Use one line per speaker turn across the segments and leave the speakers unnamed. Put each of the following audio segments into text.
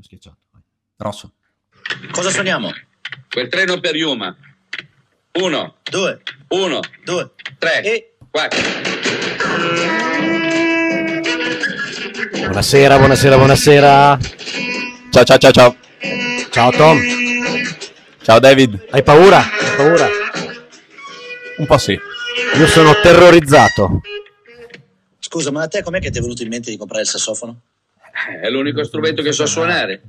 schiacciato. vai. Rosso.
Cosa suoniamo?
Quel treno per Yuma. Uno,
Due,
uno,
due,
tre,
e...
quattro.
Buonasera, buonasera, buonasera.
Ciao, ciao, ciao, ciao.
Ciao Tom,
Ciao David.
hai paura? Hai paura?
Un po' sì.
Io sono terrorizzato.
Scusa, ma a te com'è che ti è venuto in mente di comprare il sassofono?
Eh, È l'unico strumento che so suonare.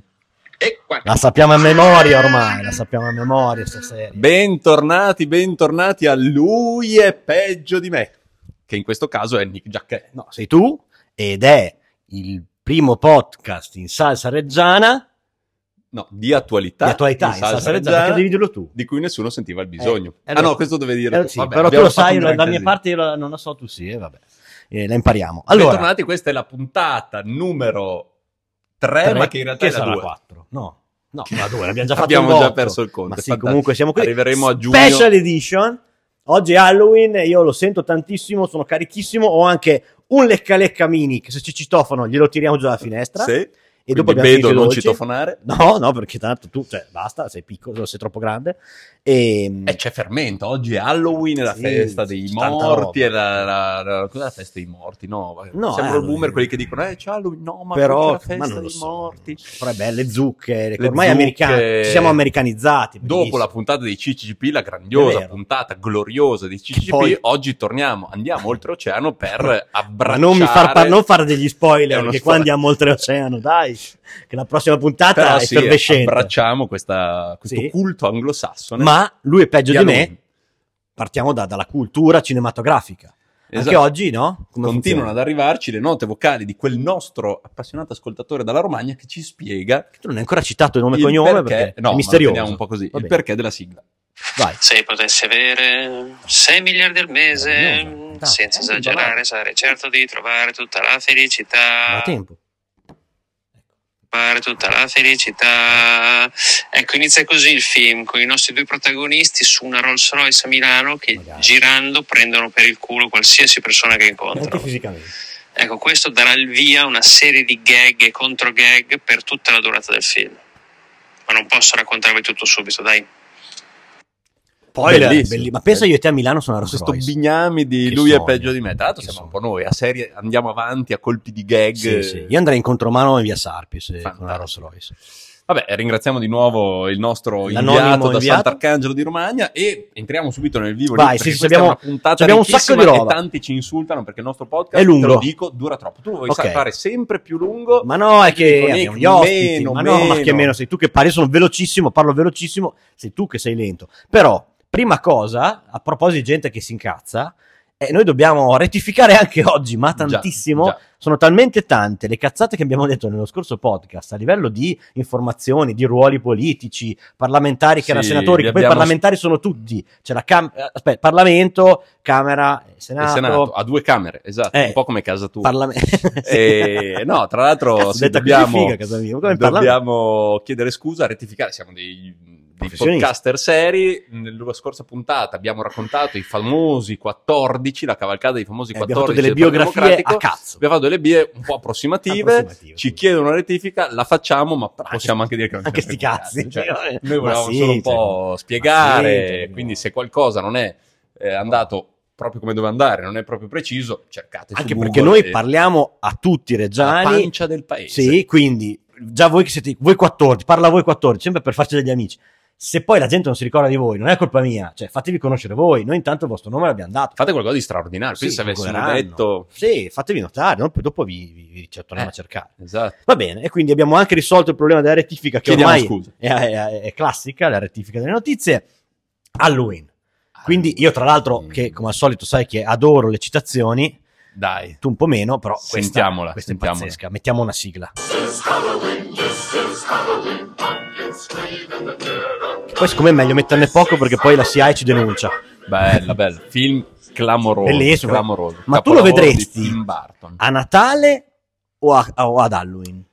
E quattro.
La sappiamo a memoria ormai, la sappiamo a memoria sta serie.
Bentornati, bentornati a Lui è peggio di me. Che in questo caso è Nick Giacchè.
No, sei tu ed è il primo podcast in salsa reggiana
No, di attualità.
di attualità in
di
salsa,
Eh, salsa
reggiana,
reggiana,
perché devi dirlo tu.
Di cui nessuno sentiva il bisogno.
Eh, allora-
ah no, questo deve dire.
Eh,
tu.
sì,
Vabbè,
però tu
abbiamo
lo
fatto
sai,
un
la-
gran
da mia
casino.
parte io la- non la so, tu sì, eh, vabbè. Eh, la impariamo. Allora,
Bentornati, questa è la puntata numero 3,
tre-
Eh, ma che in realtà è la
sarà
2.
4. No. No, la 2, l'abbiamo già fatto
Abbiamo
un
già
botto.
perso il conto,
Ma sì,
fantastico.
comunque siamo qui.
Arriveremo a giugno.
Special edition. Oggi è Halloween, io lo sento tantissimo, sono carichissimo, ho anche un lecca lecca mini che se ci citofono glielo tiriamo giù dalla finestra.
Sì.
e
Quindi
dopo abbiamo finito
vedo
i
non
dolci.
citofonare.
No, no, perché tanto tu, cioè, basta, sei piccolo, sei troppo grande. Ehm, E,
Eh, c'è fermento, oggi è Halloween, è la
Sì,
festa dei
c'è tanta
morti, è
roba.
la, la, la- cos'è la festa dei morti? No,
No, eh,
sembra il boomer
Halloween.
quelli che dicono, eh, c'è Halloween, no, ma
però,
poi c'è la
ma
festa
non lo
dei
so.
morti.
Però, beh, le zucche, le-
Le
ormai
zucche.
americane, ci siamo americanizzati.
Dopo
bellissimo.
la puntata dei CCCP, la grandiosa
È vero.
puntata gloriosa dei CCCP,
poi-
oggi torniamo, andiamo oltreoceano per
Ma
abbracciare...
non mi far par- non fare degli
È
spoiler,
uno
perché
spoiler.
qua andiamo oltre oceano, dai, che la prossima puntata
Però
è
sì,
effervescente.
abbracciamo questa, questo
Sì.
culto anglosassone.
Ma lui è peggio
Di
di
Halloween.
me, partiamo da- dalla cultura cinematografica. Anche
Esatto.
oggi, no? Come
Continuano
funziona?
ad arrivarci le note vocali di quel nostro appassionato ascoltatore dalla Romagna che ci spiega
Tu non hai ancora citato il nome e
il
cognome
perché-
perché,
no,
è
ma
misterioso.
teniamo un po' così.
Va
il
bene.
perché della sigla.
Vai.
Se potessi avere 6 miliardi al mese, mm,
Meraviglioso, fantastico.
senza
Eh,
esagerare,
bravo.
sarei certo di trovare tutta la felicità.
Ma tempo.
Trovare tutta la felicità. Ecco, inizia così il film con i nostri due protagonisti su una Rolls Royce a Milano che
Magari.
girando prendono per il culo qualsiasi persona che
Anche
incontrano.
fisicamente.
Ecco, questo darà il via a una serie di gag e contro gag per tutta la durata del film. Ma non posso raccontarvi tutto subito, dai.
Poi
Bellissimo.
belli- ma pensa io e te a Milano sono a Rolls
Questo
Royce.
bignami di
Che
lui è
sogno.
peggio di me. Tra l'altro
Che
siamo un po'
sogno.
noi, a serie andiamo avanti a colpi di gag.
Sì, sì. Io andrei in contromano in via Sarpi se-
Fantastico.
con la Rolls Royce.
Vabbè, ringraziamo di nuovo il nostro
L'anonimo
inviato da
inviato.
Sant'Arcangelo di Romagna e entriamo subito nel vivo.
Vai, sì,
lì, perché
sì,
questa
abbiamo-
è una puntata
abbiamo un sacco di
ricchissima
roba.
E tanti ci insultano perché il nostro podcast,
È lungo.
te lo dico, dura troppo. Tu lo vuoi
Ok.
sa- fare sempre più lungo.
Ma no, è che
Cioè,
abbiamo
Dico, Nick,
gli ospiti,
meno,
ma no, ma che
meno.
meno sei tu che parli, io sono velocissimo, parlo velocissimo, sei tu che sei lento. Però, prima cosa, a proposito di gente che si incazza, eh, noi dobbiamo rettificare anche oggi, ma
Già,
tantissimo,
già.
sono talmente tante le cazzate che abbiamo detto nello scorso podcast a livello di informazioni, di ruoli politici, parlamentari che
Sì,
erano senatori,
li
che poi
abbiamo-
parlamentari sono tutti, c'è la cam- eh, aspetta, Parlamento, Camera, eh,
Il
Senato,
Senato ha due camere, esatto,
Eh,
un po' come casa tua.
Parlamento.
Eh, no, tra l'altro,
Cazzo,
sì,
detta così
dobbiamo-
figa, casa mia, come parla-
Dobbiamo chiedere scusa, rettificare, siamo dei, dei
Professionisti.
podcaster seri. Nella scorsa puntata abbiamo raccontato i famosi 14, la cavalcata dei famosi
Eh, abbiamo fatto
14.
delle
del
biografie
Partito
a
Democratico.
cazzo.
Abbiamo fatto delle bie un po' approssimative,
Approssimative,
ci
sì.
chiedono una rettifica, la facciamo, ma
Anche-
possiamo anche dire che non
anche
ce ne
sti
frega
cazzi.
niente. Cioè,
Ma
noi volevamo
sì,
solo un
cioè,
po'
ma sì,
spiegare,
cioè,
quindi
no.
se qualcosa non è eh, andato proprio come doveva andare, non è proprio preciso, cercate su
Anche
Google
perché noi
e-
parliamo a tutti i
la
reggiani.
pancia del paese.
Sì, quindi già voi che siete voi 14, parla voi 14, sempre per farci degli amici. Se poi la gente non si ricorda di voi, non è colpa mia, cioè fatevi conoscere voi, noi intanto il vostro nome l'abbiamo dato.
Fate qualcosa di straordinario.
Sì,
Pensa se avessimo
googleranno.
detto.
Sì, fatevi notare, no? poi dopo vi, vi, vi ci torniamo
Eh.
a cercare.
Esatto.
Va bene, e quindi abbiamo anche risolto il problema della rettifica che
Chiediamo
ormai
scusa.
È, è- è classica, la rettifica delle notizie. Halloween. Quindi io tra l'altro,
Mm.
che come al solito sai che adoro le citazioni,
Dai.
tu un po' meno, però questa,
Sentiamola,
questa è
sentiamola.
pazzesca. Mettiamo una sigla. Che Poi siccome è meglio metterne poco perché poi la CIA ci denuncia.
Bella, bella. Film clamoroso.
Bellissimo.
clamoroso.
Ma tu lo Ah,
Capolavoro
vedresti?
di Tim Burton.
A Natale o, a- o ad Halloween?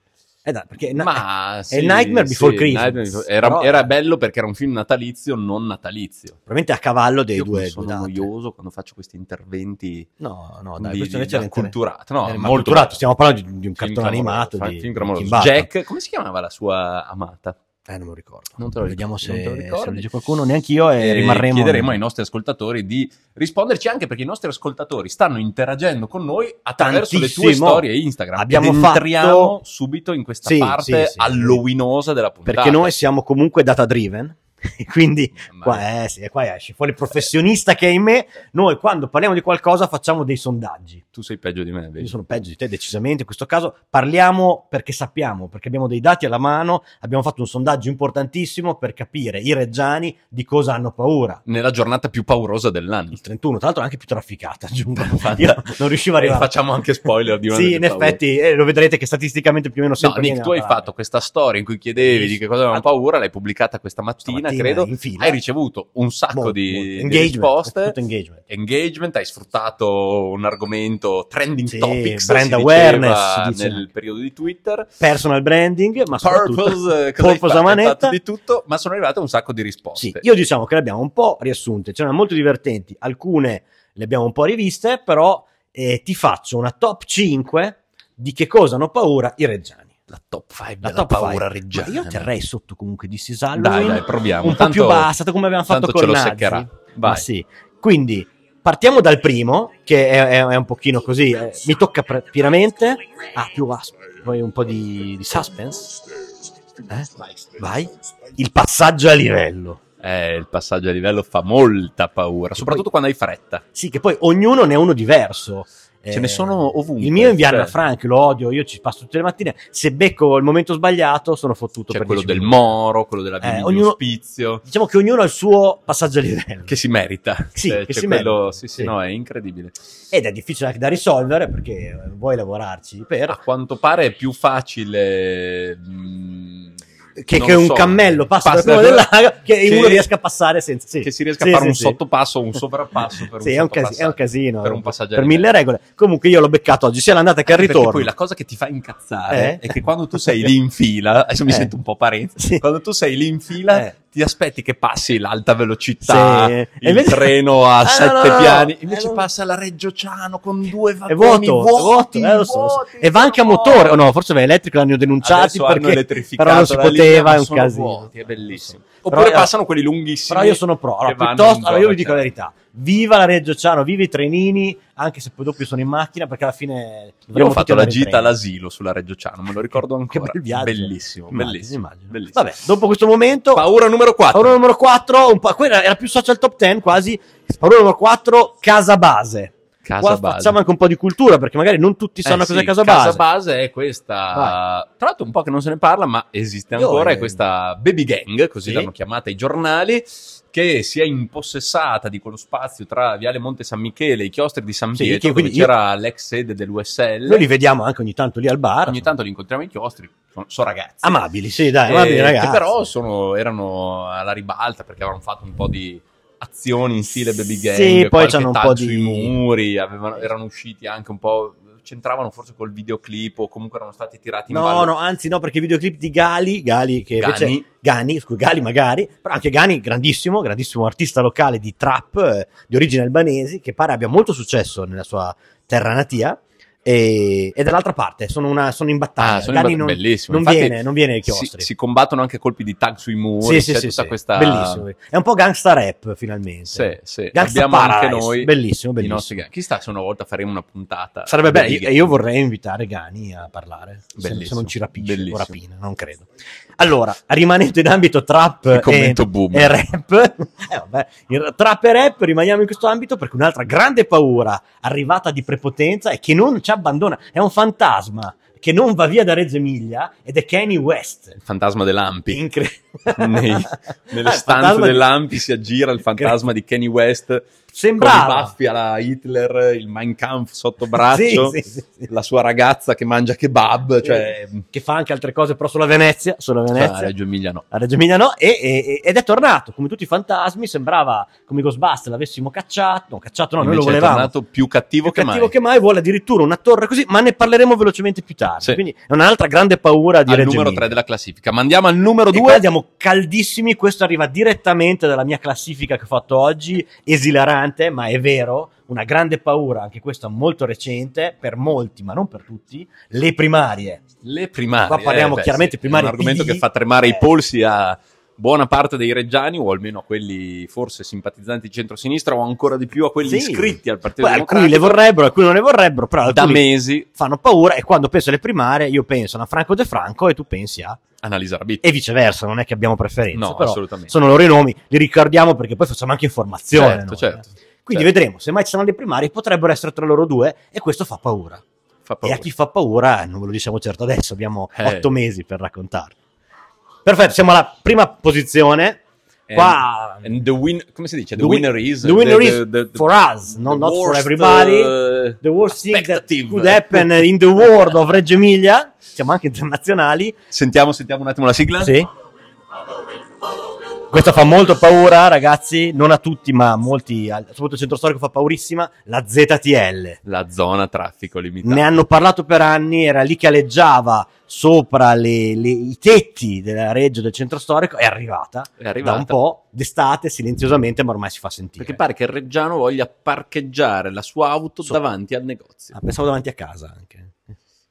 Eh, dai, perché na-
Ma sì,
Nightmare Before Christmas,
era,
però-
era bello perché era un film natalizio, non natalizio.
probabilmente a cavallo dei
Io
due
sono
date.
noioso quando faccio questi interventi
No, no,
di-
dai, questo
di-
invece
da
è
culturato. No, ma
molto
culturato.
Stiamo parlando di, di un
Film
cartone
clamoroso,
animato
fa-
di
film
di
clamoroso.
Tim Burton.
Jack, come si chiamava la sua amata?
Eh, non me lo ricordo.
Non te lo
Vediamo
ricordo,
se,
non te lo
se
ricordi.
lo dice qualcuno, neanche io, e,
E
rimarremo.
chiederemo ai nostri ascoltatori di risponderci anche perché i nostri ascoltatori stanno interagendo con noi attraverso le tue
Tantissimo.
storie Instagram.
Abbiamo
Ed entriamo
fatto-
subito in questa
Sì,
parte
sì, sì.
halloweenosa della puntata.
Perché noi siamo comunque data driven, quindi
Ma-
qua, eh, sì, qua esce fuori il professionista che è in me. Noi quando parliamo di qualcosa facciamo dei sondaggi.
Tu sei peggio di me,
Io
vedi?
sono peggio di te decisamente, in questo caso parliamo perché sappiamo, perché abbiamo dei dati alla mano, abbiamo fatto un sondaggio importantissimo per capire i reggiani di cosa hanno paura.
Nella giornata più paurosa dell'anno.
Il 31, tra l'altro anche più trafficata, aggiungo.
Infatti.
Io non riuscivo a
E
arrivare.
facciamo anche spoiler Eh, di una
Sì,
delle
in
paure.
effetti eh, lo vedrete che statisticamente più o meno
No,
sempre
Nick,
viene
tu hai
alla-
fatto questa storia in cui chiedevi di che cosa avevano paura, l'hai pubblicata questa mattina,
Stamattina,
credo.
in fila.
Hai ricevuto un sacco
Molto,
di,
molto.
di
Engagement,
risposte.
tutto engagement.
Engagement, hai sfruttato un argomento trending
Sì,
topics,
brand
si
awareness,
diceva
si dice
nel
anche.
periodo di Twitter.
personal branding, ma soprattutto
Purpose, eh, cosa hai
purpose
fatto?
a
Hai fatto
manetta.
di tutto, ma sono arrivate un sacco di risposte.
Sì, io diciamo che le abbiamo un po' riassunte, ce ne sono molto divertenti, alcune le abbiamo un po' riviste, però eh, ti faccio una top 5 di che cosa hanno paura i reggiani.
La top 5
La
della
top
paura
five.
reggiana.
Ma Io terrei sotto comunque di Sisal
Dai, dai, proviamo.
un po'
Tanto-
più bassa, come abbiamo fatto
tanto
con
ce lo
Nazi.
seccherà.
Ma
Vai.
sì. Quindi partiamo dal primo, che è, è- è un pochino così, eh, mi tocca pre- pienamente. Ah, più basso, poi un po' di, di suspense. Eh? Vai. Il passaggio a livello.
Eh, il passaggio a livello fa molta paura,
E
soprattutto
poi-
quando hai fretta.
Sì, che poi ognuno ne ha uno diverso. Eh,
Ce ne sono ovunque,
Il mio è in via
cioè-
Anna Frank, lo odio, io ci passo tutte le mattine. Se becco il momento sbagliato, sono fottuto
C'è
per
Cioè, quello
10
del
minuti.
moro, quello della
Eh,
bimbi
ognuno-
ospizio.
Diciamo che ognuno ha il suo passaggio a livello.
Che si merita.
Sì,
Cioè,
che
c'è
si
quello-
merita.
Sì, sì,
Sì.
no, è incredibile.
Ed è difficile anche da risolvere perché eh, vuoi lavorarci per.
A quanto pare è più facile... mm,
che,
non
che un
so, eh,
cammello passa,
passa
dal primo
da-
dell'ago che,
che-
uno riesca a passare senza. Sì.
Che si riesca
Sì,
a fare
sì,
un
sì.
sottopasso o un sovrappasso per
Sì,
un
è un, casi-
sottopassaggio,
è un casino.
Per un passaggio a
per
livello.
mille regole. Comunque io l'ho beccato oggi, sia l'andata che il
Perché
ritorno.
poi la cosa che ti fa incazzare
Eh?
è che quando tu sei lì in fila, adesso mi
Eh.
sento un po' parente,
Sì.
quando tu sei lì in fila
Eh.
ti aspetti che passi l'alta velocità,
Sì. E
il
invece-
treno a
Eh, no,
sette
no, no.
piani,
Eh,
invece
no.
passa la Reggio Ciano con due
è vuoto, è
vagoni vuoti,
vuoto, eh, lo so, lo so.
vuoti,
e va anche a
sono
motore.
vuoti.
Oh, no, forse va elettrico, l'hanno denunciati
Adesso hanno
perché
elettrificato
però non si
la linea,
poteva,
ma
è un
sono
casino.
vuoti, è bellissimo.
Però
Oppure
io-
passano quelli lunghissimi.
Però io sono pro. Allora,
che vanno in
piuttosto, allora io vi
zona
dico la
Ciano.
verità: viva la Reggio Ciano, viva i trenini, anche se poi dopo io sono in macchina perché alla fine.
Io
dovremmo
ho
tutti
fatto la
andare in
gita
treno.
all'asilo sulla Reggio Ciano, me lo ricordo
Che
ancora.
bel viaggio.
Bellissimo,
Immagino,
bellissimo.
immagino.
bellissimo.
Vabbè, dopo questo momento,
Paura numero 4.
paura numero 4, un po', quella era più social top 10 quasi. Paura numero 4, casa base.
Casa
Qua facciamo anche un po' di cultura perché magari non tutti sanno
Eh
cosa
sì,
è casa base.
è questa. Tra l'altro, un po' che non se ne parla, ma esiste
Io,
ancora. È
eh,
questa baby gang, così
sì.
l'hanno chiamata i giornali, che si è impossessata di quello spazio tra Viale Monte San Michele e i chiostri di San
Sì,
Pietro,
che
dove
quindi io-
c'era l'ex sede dell'USL.
Noi li vediamo anche ogni tanto lì al bar.
Ogni tanto li incontriamo i chiostri, sono, sono ragazzi.
Amabili, sì, dai,
Eh,
amabili ragazzi.
Che però sono- erano alla ribalta perché avevano fatto un po' di azioni in stile baby gang.
Sì, poi
qualche
c'hanno un
taglio
po' di-
sui muri, avevano- erano usciti anche un po'. C'entravano forse col videoclip o comunque erano stati tirati in
No,
ballo.
no, anzi no, perché i videoclip di Gali, Gali che
Gani.
invece Gani, scusa, Gali magari, però anche Gani, grandissimo, grandissimo artista locale di trap eh, di origine albanese, che pare abbia molto successo nella sua terra natia. E, e dall'altra parte sono, una, sono in battaglia.
Ah, sono
Gani
imbat-
non,
bellissimo.
non
Infatti,
viene, non viene ai
Si,
chiostri.
si combattono anche colpi di tag sui muri. c'è tutta questa.
Bellissimo. È un po' gangsta rap finalmente.
Sì, sì.
Gangsta
Abbiamo anche
Paradise,
noi.
bellissimo,
i
bellissimo.
nostri gang. Chissà se una volta faremo una puntata.
Sarebbe bello,
baby
io,
gang.
io vorrei invitare Gani a parlare, se- se,
Bellissimo,
non ci rapisce
bellissimo.
o rapina, non credo. Allora, rimanendo in ambito trap
Il
e,
commento boom.
e rap, eh, vabbè, in- trap e rap rimaniamo in questo ambito perché un'altra grande paura arrivata di prepotenza è che non ci abbandona, è un fantasma che non va via da Reggio Emilia ed è Kanye West. Eh,
Il fantasma dell'ampi.
Incredibile.
Nei- nelle stanze dell'Ampi si aggira il fantasma di Kanye West Con i
Sembrava.
baffi alla Hitler, il Mein Kampf sotto braccio,
Sì, sì, sì, sì.
la sua ragazza che mangia kebab, cioè...
Eh, Che fa anche altre cose, però sulla Venezia. Sulla
Ah,
Venezia.
Reggio Emilia no.
a Reggio Emilia no, e, e- ed è tornato, come tutti i fantasmi, sembrava come i Ghostbuster l'avessimo cacciato, no cacciato no, noi lo
Invece È
volevamo,
tornato più cattivo che
Più cattivo
mai.
che mai, vuole addirittura una torre così, ma ne parleremo velocemente più tardi,
Sì.
quindi è un'altra grande paura di
al
Reggio
numero
Emilia.
3 della classifica. Ma andiamo al numero
E qua
2.
andiamo caldissimi, questo arriva direttamente dalla mia classifica che ho fatto oggi, esilarante, ma è vero, una grande paura, anche questa molto recente, per molti, ma non per tutti, le primarie.
Le primarie. eh,
Qua parliamo chiaramente
sì,
primarie
È un argomento
PD.
che fa tremare
Eh.
i polsi a buona parte dei reggiani, o almeno a quelli forse simpatizzanti di centrosinistra, o ancora di più a quelli
Sì.
iscritti al Partito
Poi alcuni le
Democratico.
vorrebbero, alcuni non le vorrebbero, però
Da
alcuni
mesi
fanno paura e quando penso alle primarie io penso a una Franco De Franco e tu pensi a
analizza Rabit.
e viceversa, non è che abbiamo preferenze,
No,
però
assolutamente.
sono loro i nomi, li ricordiamo perché poi facciamo anche informazione.
Certo,
noi,
certo.
eh. Quindi
Certo.
vedremo, se mai ci saranno dei primari potrebbero essere tra loro due e questo fa paura.
Fa paura.
E a chi fa paura eh, non ve lo diciamo certo adesso, abbiamo
Eh.
otto mesi per raccontarlo. Perfetto, siamo alla prima posizione.
And-
Qua
and the win- come si dice? The,
The win-
winner is...
the winner
the-
is
the- the-
for us, no-
the
not for
worst,
everybody.
eh,
The worst thing that
expectative.
could happen in the world of Reggio Emilia, siamo anche internazionali,
Sentiamo, sentiamo un attimo la sigla.
Sì. Questa fa molto paura, ragazzi. Non a tutti, ma a molti, al- soprattutto il centro storico fa paurissima. La ZTL.
La zona traffico limitato.
Ne hanno parlato per anni, era lì che aleggiava sopra le- le- i tetti della Reggio del centro storico. È arrivata,
È arrivata.
da un po' d'estate, silenziosamente, ma ormai si fa sentire.
Perché pare che il Reggiano voglia parcheggiare la sua auto
So-
davanti al negozio.
Ah, pensavo davanti a casa anche.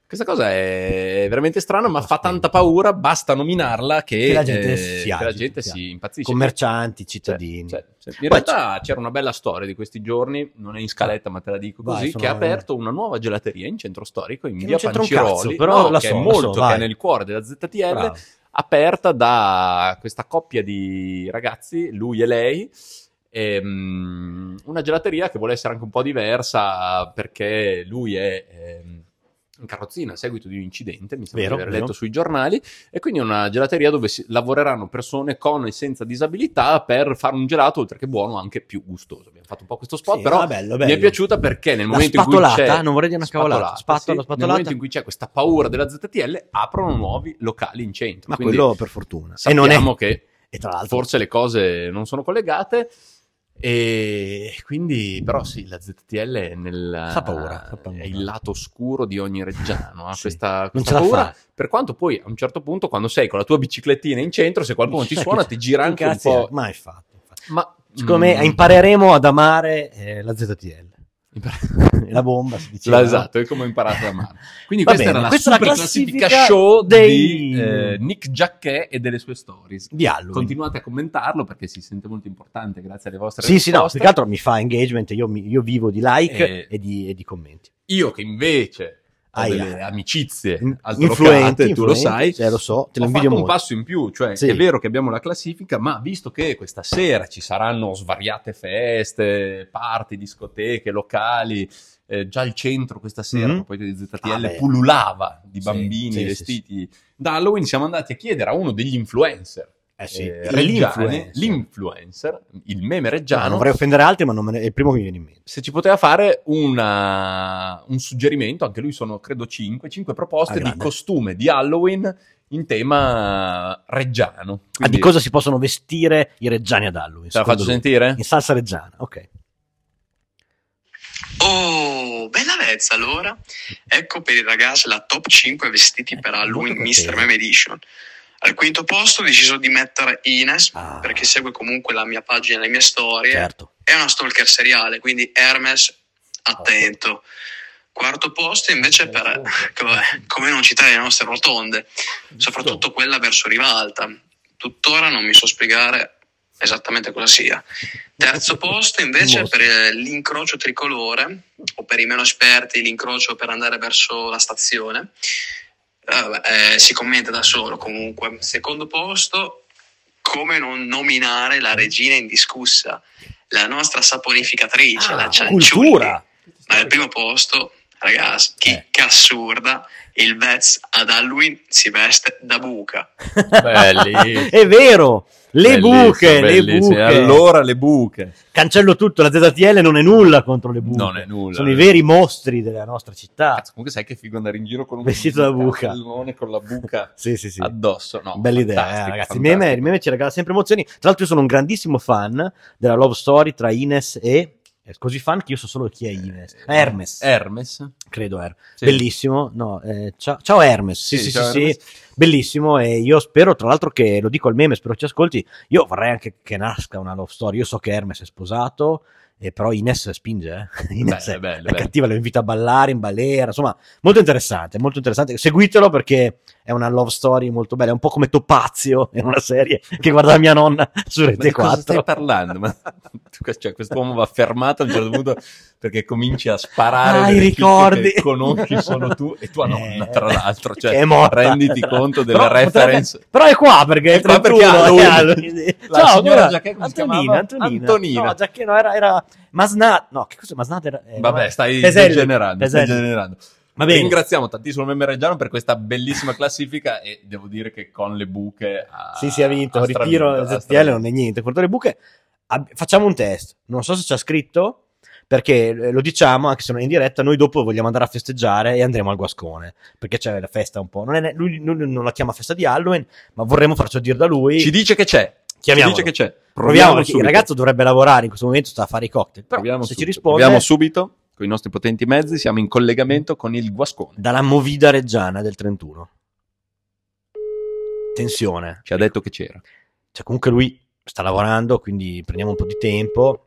Questa cosa è veramente strana, ma fa tanta paura. Basta nominarla che, eh,
Che la gente si
che la
agita,
gente
si
si
agita.
impazzisce.
Commercianti,
Cioè,
cittadini.
cioè, cioè, in
Poi
realtà c'era una bella storia di questi giorni, non è in scaletta, ma te la dico
Vai,
così:
sono-
che ha aperto una nuova gelateria in centro storico in
Che
via
non c'entra un
Panciroli,
cazzo, però
no,
la
che
so,
è
la
molto
so,
che
vai.
è nel cuore della ZTL,
Bravo.
aperta da questa coppia di ragazzi, lui e lei. ehm, una gelateria che vuole essere anche un po' diversa perché lui è ehm, in carrozzina a seguito di un incidente, mi sembra
Vero,
di aver
vero.
letto sui giornali, e quindi è una gelateria dove si- lavoreranno persone con e senza disabilità per fare un gelato, oltre che buono, anche più gustoso. Abbiamo fatto un po' questo spot,
Sì,
però
ah, bello,
mi è
bello.
piaciuta perché nel
La
momento in cui
spatolata,
c'è
non vorrei dire una cavolata, spatola,
sì,
spatolata.
nel momento in cui c'è questa paura della ZTL, aprono nuovi locali in centro.
Ma
Quindi
quello per fortuna. E
sappiamo
non è.
che
E tra l'altro,
forse le cose non sono collegate. E quindi, però, sì, la ZTL è, nel,
Fa paura, fa paura.
è il lato oscuro di ogni reggiano. Ha
Sì.
questa,
non
questa
ce la
paura.
fa.
Per quanto poi a un certo punto, quando sei con la tua biciclettina in centro, se qualcuno ti
Sai
suona,
che-
ti gira
che
anche un
cazzo è?
po'.
Ma infatti, infatti.
Ma
Secondo me
mm,
impareremo ad amare eh, la ZTL.
impar-
La bomba, si diceva.
La- esatto, è come ho imparato la mano. Quindi
Va
questa
bene,
era la
questa è la
super classifica,
classifica
show
dei-
di eh, Nick Jacquet e delle sue stories.
Di Halloween.
Continuate a commentarlo perché si sente molto importante grazie alle vostre
Sì, sì, no,
risposte.
più che altro mi fa engagement, io, mi- io vivo di like
E-
e, di, e di commenti.
Io che invece ho
Hai-
delle amicizie
In-
altolocate, tu lo
influenti,
sai,
eh, lo so, te lo
ho
invidio
fatto
molto.
un passo in più, cioè
Sì.
è vero che abbiamo la classifica, ma visto che questa sera ci saranno svariate feste, party, discoteche, locali, eh, già il centro questa sera,
Mhm.
a proposito di
Ah,
ZTL,
beh.
pullulava di
Sì,
bambini
sì, sì,
vestiti da Halloween, siamo andati a chiedere a uno degli influencer,
Eh sì,
eh,
il-
reggiane,
l'influencer.
l'influencer, il meme
No, non
reggiano,
vorrei offendere altri, ma non me ne- è il primo che mi viene in mente.
se ci poteva fare una- un suggerimento, anche lui sono credo 5, 5
Ah,
proposte di
grande.
costume di Halloween in tema reggiano.
Ah,
Quindi
di cosa si possono vestire i reggiani ad Halloween?
Te la
secondo
faccio
lui?
sentire?
In salsa reggiana,
Eh,
ok.
Oh, bella vezza allora. Ecco per i ragazzi la top 5 vestiti per
Eh,
Halloween
molto
Mr.
contento.
Meme Edition. Al quinto posto ho deciso di mettere Ines
Ah.
perché segue comunque la mia pagina e le mie storie.
Certo.
È una stalker seriale, quindi Hermes, attento. Quarto posto invece
Certo.
per, vabbè, come non citare le nostre rotonde, soprattutto quella verso Rivalta. Tuttora non mi so spiegare esattamente cosa sia. Terzo posto invece
Mostro.
per eh, l'incrocio tricolore, o per i meno esperti l'incrocio per andare verso la stazione. Eh, vabbè, eh, si commenta da solo comunque. Secondo posto, come non nominare la regina indiscussa, la nostra saponificatrice, la Cianciulli.
Ah, cultura!
Ma al primo posto, ragazzi, chicca assurda, il Vez ad Halloween si veste da buca.
Belli.
è vero! Le
Bellissimo,
buche, le
bellissimo.
buche.
E allora le buche.
Cancello tutto, la ZTL non è nulla contro le buche.
Non è nulla. eh.
Sono i veri mostri della nostra città.
Cazzo, comunque sai che figo andare in giro con un
Vestito da buca.
cartellone con la buca
Sì, sì, sì.
addosso. No,
Bella idea, eh,
fantastico,
ragazzi. Il
fantastico.
meme, il meme ci regala sempre emozioni. Tra l'altro, io sono un grandissimo fan della love story tra Ines e. è Così fan che io so solo chi è Ines.
Eh,
Hermes,
Hermes.
credo. Her-
Sì.
Bellissimo. No, eh, ciao, ciao Hermes. Sì, sì, sì,
ciao,
sì.
Hermes.
Bellissimo. E io spero, tra l'altro, che lo dico al meme, spero ci ascolti. Io vorrei anche che nasca una love story. Io so che Hermes è sposato. E però Ines spinge, eh. Ines
Bello,
è,
bello,
è
bello.
cattiva, lo invita a ballare in balera, insomma, molto interessante, molto interessante. Seguitelo perché è una love story molto bella, è un po' come Topazio, è una serie che guardava mia nonna su
Ma di
Rete
cosa
4.
stai parlando? Ma, cioè, quest'uomo va fermato a un certo punto perché cominci a sparare
Ah,
delle
i
chicche
ricordi.
che conosci solo tu e tua nonna,
Eh,
tra l'altro. Cioè,
che è morta.
renditi conto delle
Però potrebbe-
reference.
Però è qua perché è, eh,
È qua perché
31,
ha lui.
è Halloween.
La
Ciao,
signora
guarda,
Giacchè, come si
Antonina,
chiamava?
Antonina.
Antonina.
No, Giacchè no, era, era Masnat. No, che cos'è Masnat? Era, era-
Vabbè, stai
Peselli.
degenerando. stai
Peselli.
degenerando.
Va bene.
Ringraziamo tantissimo Meme Reggiano per questa bellissima classifica e devo dire che con le buche ha,
Sì, sì, ha vinto.
stravinto, ha
Ritiro ZTL
stravinto.
non è niente. Porto le buche. Ab- facciamo un test. Non so se c'è scritto. Perché eh, lo diciamo, anche se non è in diretta, noi dopo vogliamo andare a festeggiare e andremo al Guascone. Perché c'è la festa un po'. Non è ne- lui, lui non la chiama festa di Halloween, ma vorremmo farci dire da lui.
Ci dice che c'è.
Chiamiamolo.
Ci dice che c'è.
Proviamo, perché il
subito.
ragazzo dovrebbe lavorare in questo momento, sta a fare i cocktail. Però
Proviamo
se
subito.
ci risponde,
Proviamo subito con i nostri potenti mezzi. Siamo in collegamento con il Guascone.
dalla movida reggiana del 31. Tensione.
Ci ha detto che c'era.
cioè comunque lui sta lavorando, quindi prendiamo un po' di tempo.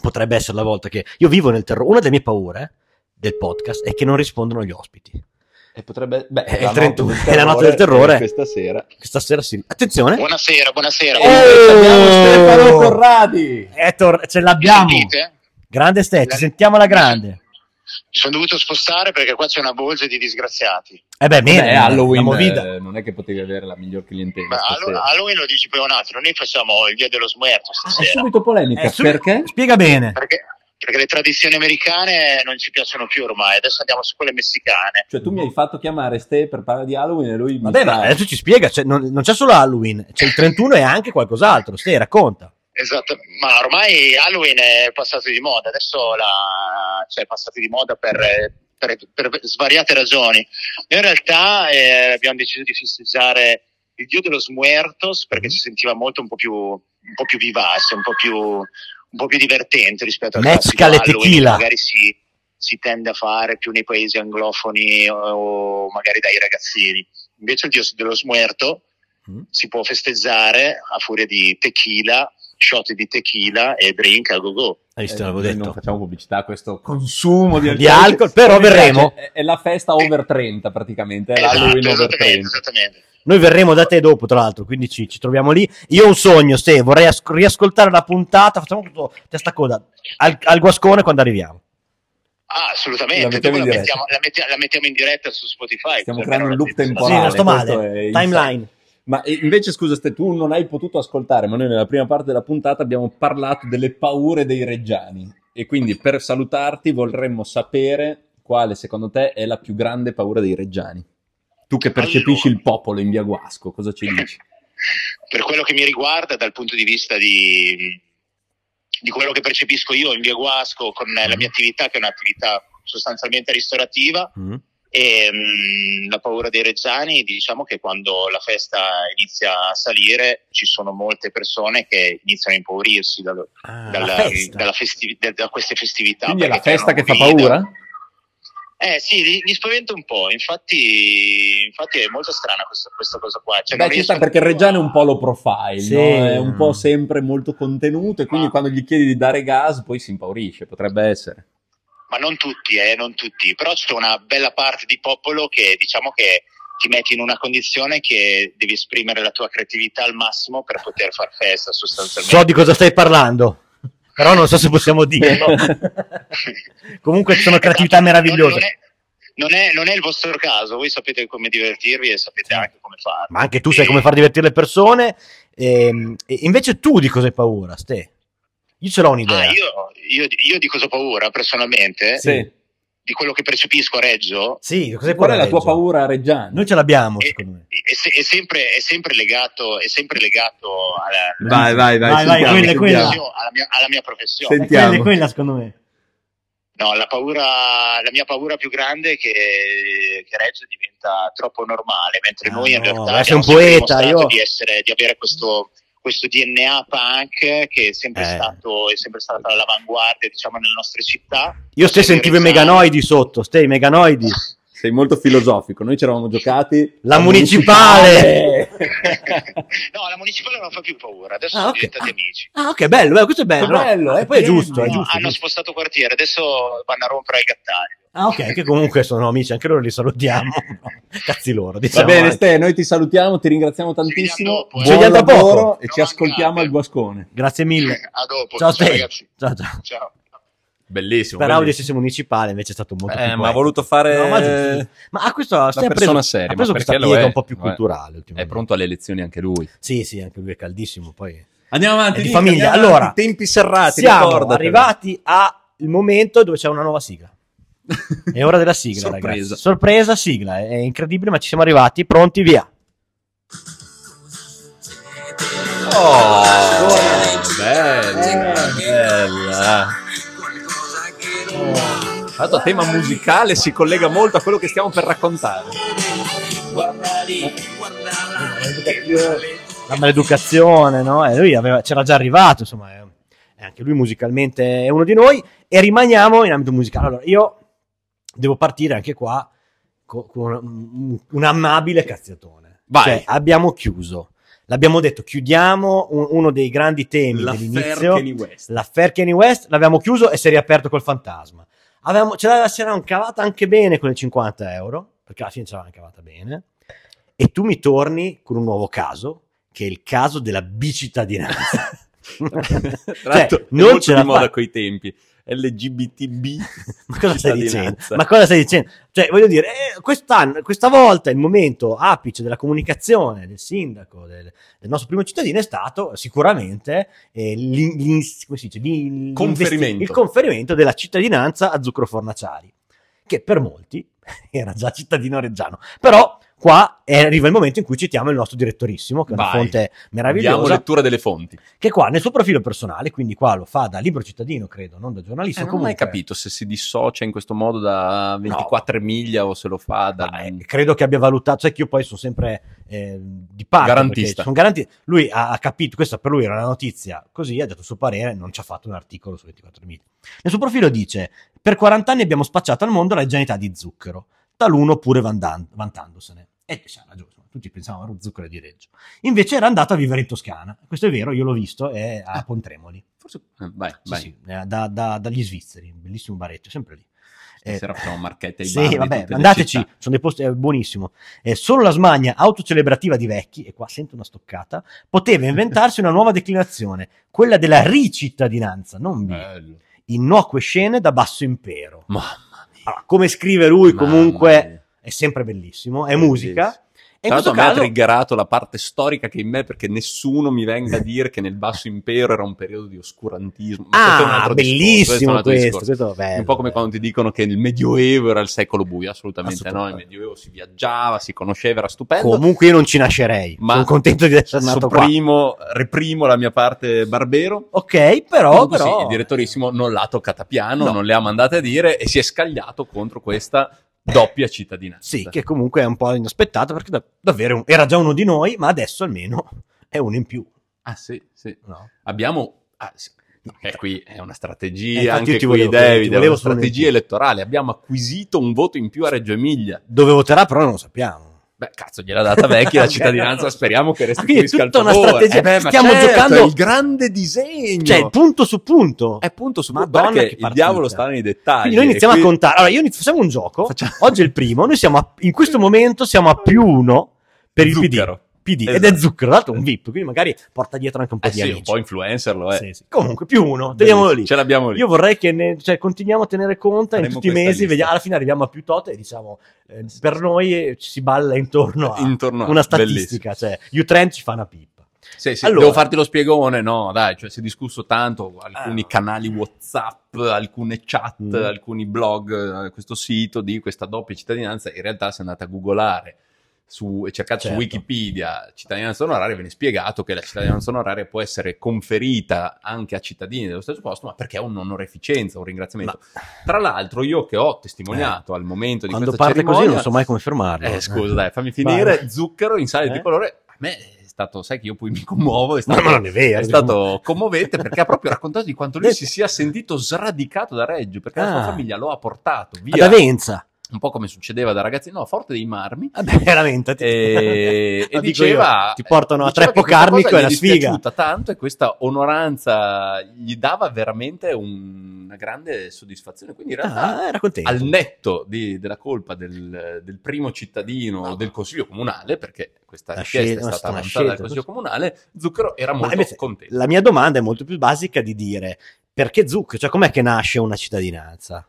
Potrebbe essere la volta che io vivo nel terrore. Una delle mie paure del podcast è che non rispondono gli ospiti.
E potrebbe. Beh,
è la notte del terrore, eh,
Questa sera.
Questa sera sì. Attenzione!
Buonasera, buonasera.
Eh,
Oh! Stefano Corradi.
È tor- ce
Mi
l'abbiamo!
sentite?
Grande Ste, ci
La-
sentiamo alla grande.
Mi sono dovuto spostare perché qua c'è una bolsa di disgraziati.
Eh beh,
Beh,
bene, la
Halloween.
movida.
eh, non è che potevi avere la miglior clientela.
Ma
stasera.
allo- Halloween lo dici poi un altro, noi facciamo il Dia dello Smuerto
È
stasera.
subito polemica.
Eh, su-
Perché?
Spiega bene.
Perché, perché le tradizioni americane non ci piacciono più ormai, adesso andiamo su quelle messicane.
Cioè, tu mi hai fatto chiamare Ste per parlare di Halloween e lui mi
Vabbè,
sta-
ma adesso ci spiega, cioè, non, non c'è solo Halloween, c'è il 31 e anche qualcos'altro. Ste, racconta.
Esatto, ma ormai Halloween è passato di moda, adesso la- cioè, è passato di moda per, per- per svariate ragioni. Noi in realtà eh, abbiamo deciso di festeggiare il dio dello smuertos perché ci sentiva molto un po' più, un po' più vivace, un po' più, un po' più divertente rispetto al
Mezcal
classico
e
Halloween, che
tequila.
magari si, si tende a fare più nei paesi anglofoni o, o magari dai ragazzini. Invece il dio dello smuerto
Mm.
si può festeggiare a furia di tequila shot di tequila e drink a go go.
Hai visto,
Eh,
l'avevo
noi Non
detto.
facciamo pubblicità a questo consumo di alcol.
Di alcol, però
Mi piace,
verremo.
È, è la festa over 30 praticamente, è l'Halloween
Esatto,
over 30.
esattamente, esattamente.
Noi verremo da te dopo, tra l'altro, quindi ci, ci troviamo lì. Io ho un sogno, Ste, vorrei as- riascoltare la puntata, facciamo tutto testa a coda, al, al guascone quando arriviamo.
Ah,
La
assolutamente,
mettiamo
dopo la,
in diretta.
mettiamo, la metti- la mettiamo in diretta su Spotify. Cioè,
Stiamo
così
creando
almeno
un loop
la-
temporale.
sì, non sto
questo
male.
è
Timeline.
Ma eh, invece, scusa, Ste, tu non hai potuto ascoltare, ma noi nella prima parte della puntata abbiamo parlato delle paure dei reggiani. E quindi per salutarti vorremmo sapere quale secondo te è la più grande paura dei reggiani. Tu che percepisci
Allora.
il popolo in via Guasco, cosa ci dici?
Per quello che mi riguarda, dal punto di vista di, di quello che percepisco io in via Guasco con eh,
Mm.
la mia attività, che è un'attività sostanzialmente ristorativa,
Mm.
e mm, la paura dei reggiani, diciamo che quando la festa inizia a salire ci sono molte persone che iniziano a impaurirsi dallo,
Ah,
dalla-
la festa.
dalla festivi- da, da queste festività.
Quindi è la
perché
festa che fa
c'erano Covid.
paura?
Eh sì, li, li spaventa un po', infatti, infatti è molto strana questa, questa cosa qua. Cioè,
Beh,
non
ci sta
riesco
perché il
più
Reggiano è
a-
un po' lo profile,
Sì.
no? è un po' sempre molto contenuto e quindi
Ma-
quando gli chiedi di dare gas poi si impaurisce, potrebbe essere.
Ma non tutti, eh, non tutti. Però c'è una bella parte di popolo che diciamo che ti metti in una condizione che devi esprimere la tua creatività al massimo per poter far festa sostanzialmente.
So di cosa stai parlando, però non so se possiamo dirlo. Eh. Comunque ci sono creatività
Esatto, non-
meravigliose.
Non è, non è- non è il vostro caso, voi sapete come divertirvi e sapete anche come farlo.
Ma anche tu sai come far divertire le persone. Ehm, e invece tu di cosa hai paura, Ste? Io ce l'ho un'idea.
Ah, io, io- io di cosa ho paura personalmente?
Sì.
di quello che percepisco a Reggio
Sì, cos'è
Qual è la
Reggio?
tua paura reggiana?
Noi ce l'abbiamo,
Eh,
secondo me.
è, se- è sempre, è sempre legato, è sempre legato alla,
Vai, vai, vai.
Vai, vai,
sentiamo,
quella,
sentiamo.
quella.
professione- alla mia, alla mia professione.
È
sentiamo.
quella, è quella, secondo me.
No, la, paura, la mia paura più grande è che, che Reggio diventa troppo normale, mentre
Ah,
noi in
no,
realtà
ma sei un
abbiamo sempre
poeta,
dimostrato
io-
di, essere, di avere questo, questo DNA punk che è sempre,
Eh.
stato, è sempre stato all'avanguardia diciamo, nelle nostre città.
Io ste sentivo i meganoidi sotto, ste i meganoidi.
Sei molto filosofico. Noi ci eravamo giocati.
La municipale!
municipale!
no, la municipale non fa più paura, adesso
Ah,
sono
ok.
diventati amici.
Ah, ok, bello, bello, questo è bello.
È bello,
no?
è
poi è
pieno,
giusto, è
no?
No,
giusto. è
hanno
giusto.
spostato quartiere, adesso vanno a rompere il gattaglio.
Ah, ok, che comunque sono amici, anche loro li salutiamo. Cazzi loro,
Va
diciamo.
bene,
anche.
Ste, noi ti salutiamo, ti ringraziamo
vediamo
tantissimo.
dopo, eh.
Buon
Ci vediamo tra
lavoro
poco.
e ci ascoltiamo al guascone.
Grazie mille.
Ah,
A dopo,
Ciao, Ste.
ragazzi.
Ciao, ciao.
Ciao.
Bellissimo.
Speravo di essere municipale, invece è stato molto più
Eh, ma ha
poetico.
voluto fare
No, ma giusto. Ma a questo Ste ha preso,
persona
ha
seria, ma
preso questa
perché lo
piega
è?
un po' più
Eh.
culturale ultimamente.
È pronto alle elezioni anche lui.
Sì, sì, anche lui è caldissimo, poi.
Andiamo avanti.
È di
Nick,
famiglia.
andiamo
Allora,
avanti. tempi serrati.
Siamo
ricordatelo.
arrivati al momento dove c'è una nuova sigla. È ora della sigla,
Sorpresa.
ragazzi. Sorpresa, sigla. È incredibile, ma ci siamo arrivati. Pronti, via.
Oh, bella, bella. Tra l'altro, a tema musicale si collega molto a quello che stiamo per raccontare.
La maleducazione, no? E lui aveva- c'era già arrivato, insomma. È, è anche lui musicalmente è uno di noi. E rimaniamo in ambito musicale. Allora, io devo partire anche qua co- con un, un ammabile cazziatone.
Vai.
Cioè, abbiamo chiuso. L'abbiamo detto, chiudiamo un- uno dei grandi temi dell'inizio.
West.
L'affair Kanye West l'abbiamo chiuso e si è riaperto col fantasma. Avevamo, ce l'aveva- si era cavata anche bene con i 50 euro, perché alla fine ce l'avevamo cavata bene. E tu mi torni con un nuovo caso, che è il caso della bicittadinanza.
Tra l'altro,
Cioè,
è
non
molto
ce
di
la
moda
fa-
coi tempi. LGBTB.
Ma cosa stai dicendo?
cittadinanza.
Ma cosa stai dicendo? Cioè, voglio dire, eh, quest'anno, questa volta il momento apice della comunicazione del sindaco, del, del nostro primo cittadino, è stato sicuramente eh, l'in- l'in- come si dice? L'in-
Conferimento.
l'investi- il conferimento della cittadinanza a Zucchero Fornaciari, che per molti era già cittadino reggiano. Però qua eh, arriva il momento in cui citiamo il nostro direttorissimo, che è una
Vai.
fonte
Diamo
meravigliosa,
lettura delle fonti.
che qua nel suo profilo personale, quindi qua lo fa da libero cittadino, credo, non da giornalista.
Eh, non ho
comunque,
mai capito se si dissocia in questo modo da 24 miglia o se lo fa da...
Ma, eh, credo che abbia valutato, sai che io poi sono sempre eh, di parte.
Garantista.
perché Sono garanti- lui ha, ha capito, questa per lui era una notizia, così ha dato il suo parere, non ci ha fatto un articolo su 24.000. Nel suo profilo dice, per 40 anni abbiamo spacciato al mondo la legalità di zucchero, taluno pure vandan- vantandosene. E c'ha ragione, insomma, tutti pensavano allo zucchero di Reggio. Invece era andato a vivere in Toscana, questo è vero, io l'ho visto, è a Pontremoli,
Forse... eh, Vai,
Sì,
vai.
sì, eh, da- da- dagli svizzeri, un bellissimo baretto, sempre lì. Eh,
Stasera facciamo marchette ai bar
sì,
di
vabbè,
tutte le
andateci,
città.
sono dei posti, è buonissimo. Eh, solo la smania autocelebrativa di vecchi, e qua sento una stoccata, poteva inventarsi una nuova declinazione, quella della ricittadinanza, non bi.
Bello.
Innocue scene da basso impero.
Mamma mia.
Allora, come scrive lui,
Mamma
comunque,
mia.
è sempre bellissimo, è
Bellissimo.
musica. E in
Tra l'altro
questo
a me ha
caso,
triggerato la parte storica che è in me perché nessuno mi venga a dire che nel basso impero era un periodo di oscurantismo. Ma questo è un
ah,
altro discorso, questo è un
bellissimo
altro
questo,
discorso.
questo è bello,
È un po' come
bello.
quando ti dicono che il Medioevo era il secolo buio, assolutamente, no.
Assolutamente.
Il Medioevo si viaggiava, si conosceva, era stupendo.
Comunque io non ci nascerei,
Ma
sono contento di essere nato qua.
Sopprimo, reprimo la mia parte barbero.
Ok, Oh, però,
Comunque sì,
però
il direttorissimo non l'ha toccata piano,
No.
non le ha mandate a dire e si è scagliato contro questa doppia cittadinanza.
Sì, che comunque è un po' inaspettato perché da- davvero un- era già uno di noi, ma adesso almeno è uno in più.
Ah sì, sì.
No?
Abbiamo... ah, sì. Eh, qui è una strategia,
Eh, infatti io
anche
ti
qui
volevo- ti
David, è
volevo
una
solo
strategia
dire.
elettorale. Abbiamo acquisito un voto in più a Reggio Emilia.
Dove voterà però non lo sappiamo.
Beh, cazzo, gliela data vecchia la cittadinanza, speriamo che
Ah, quindi è
restituisca il
tutta una
favore.
strategia.
Eh beh, ma
Stiamo
certo,
giocando-
è il grande disegno.
Cioè, punto su punto.
è punto su punto,
Madonna, che
perché il
partita.
diavolo sta nei dettagli.
Quindi noi iniziamo
e
a
Eh, qui-
contare. Allora, io inizio- facciamo un gioco.
Facciamo-
Oggi è il primo. Noi siamo a- in questo momento siamo a più uno per il PD.
Zucchero.
PD. Ed
Esatto.
è zucchero, tra l'altro è un VIP, quindi magari porta dietro anche un po'
Eh
di
sì,
amici.
un po' influencer lo è.
Sì, sì. Comunque, più uno, teniamolo lì.
Ce l'abbiamo lì.
Io vorrei che ne- cioè, continuiamo a tenere conto in
Faremo
tutti i
questa
mesi,
lista.
vediamo, alla fine arriviamo a più tot e diciamo, eh, per noi eh, ci si balla intorno a
Intorno a-
una
bellissimo.
statistica, cioè, U-Trend ci fa una pippa.
Sì, sì,
Allora.
devo farti lo spiegone, no, dai, cioè si è discusso tanto, alcuni canali Whatsapp, alcune chat,
Eh. Mm.
alcuni blog, eh, questo sito di questa doppia cittadinanza, in realtà se andate a googolare su, e cercate
Certo.
su Wikipedia cittadinanza onoraria, viene spiegato che la cittadinanza onoraria può essere conferita anche a cittadini dello stesso posto, ma perché è un'onoreficenza, un ringraziamento. Tra l'altro io che ho testimoniato al momento di
Eh. Quando
questa
parli
cerimonia...
così non so mai come fermarlo.
Eh, scusa, dai, fammi finire.
Vai.
Zucchero in sale di
Eh?
colore. A me è stato, sai che io poi mi commuovo. È
No,
stato,
ma non è vero.
è stato commovente perché ha proprio raccontato di quanto lui si sia sentito sradicato da Reggio perché la sua
Ah.
famiglia lo ha portato
Ad
via.
Avenza.
Un po' come succedeva da ragazzino, no, a Forte dei Marmi.
Vabbè, veramente.
E,
Lo
e
dico
diceva
io, ti portano a
diceva
Treppo
che questa
Carmico
cosa
e la
gli è
sfiga.
dispiaciuta tanto e questa onoranza gli dava veramente un- una grande soddisfazione quindi in realtà
Ah, era contento.
al netto di- della colpa del, del primo cittadino del Consiglio Comunale, perché questa
La
richiesta
scelta,
è
sta
stata
una
avanzata dal
scelta,
Consiglio Comunale, Zucchero era molto
invece-
contento.
La mia domanda è molto più basica di dire perché Zucchero? Cioè, com'è che nasce una cittadinanza?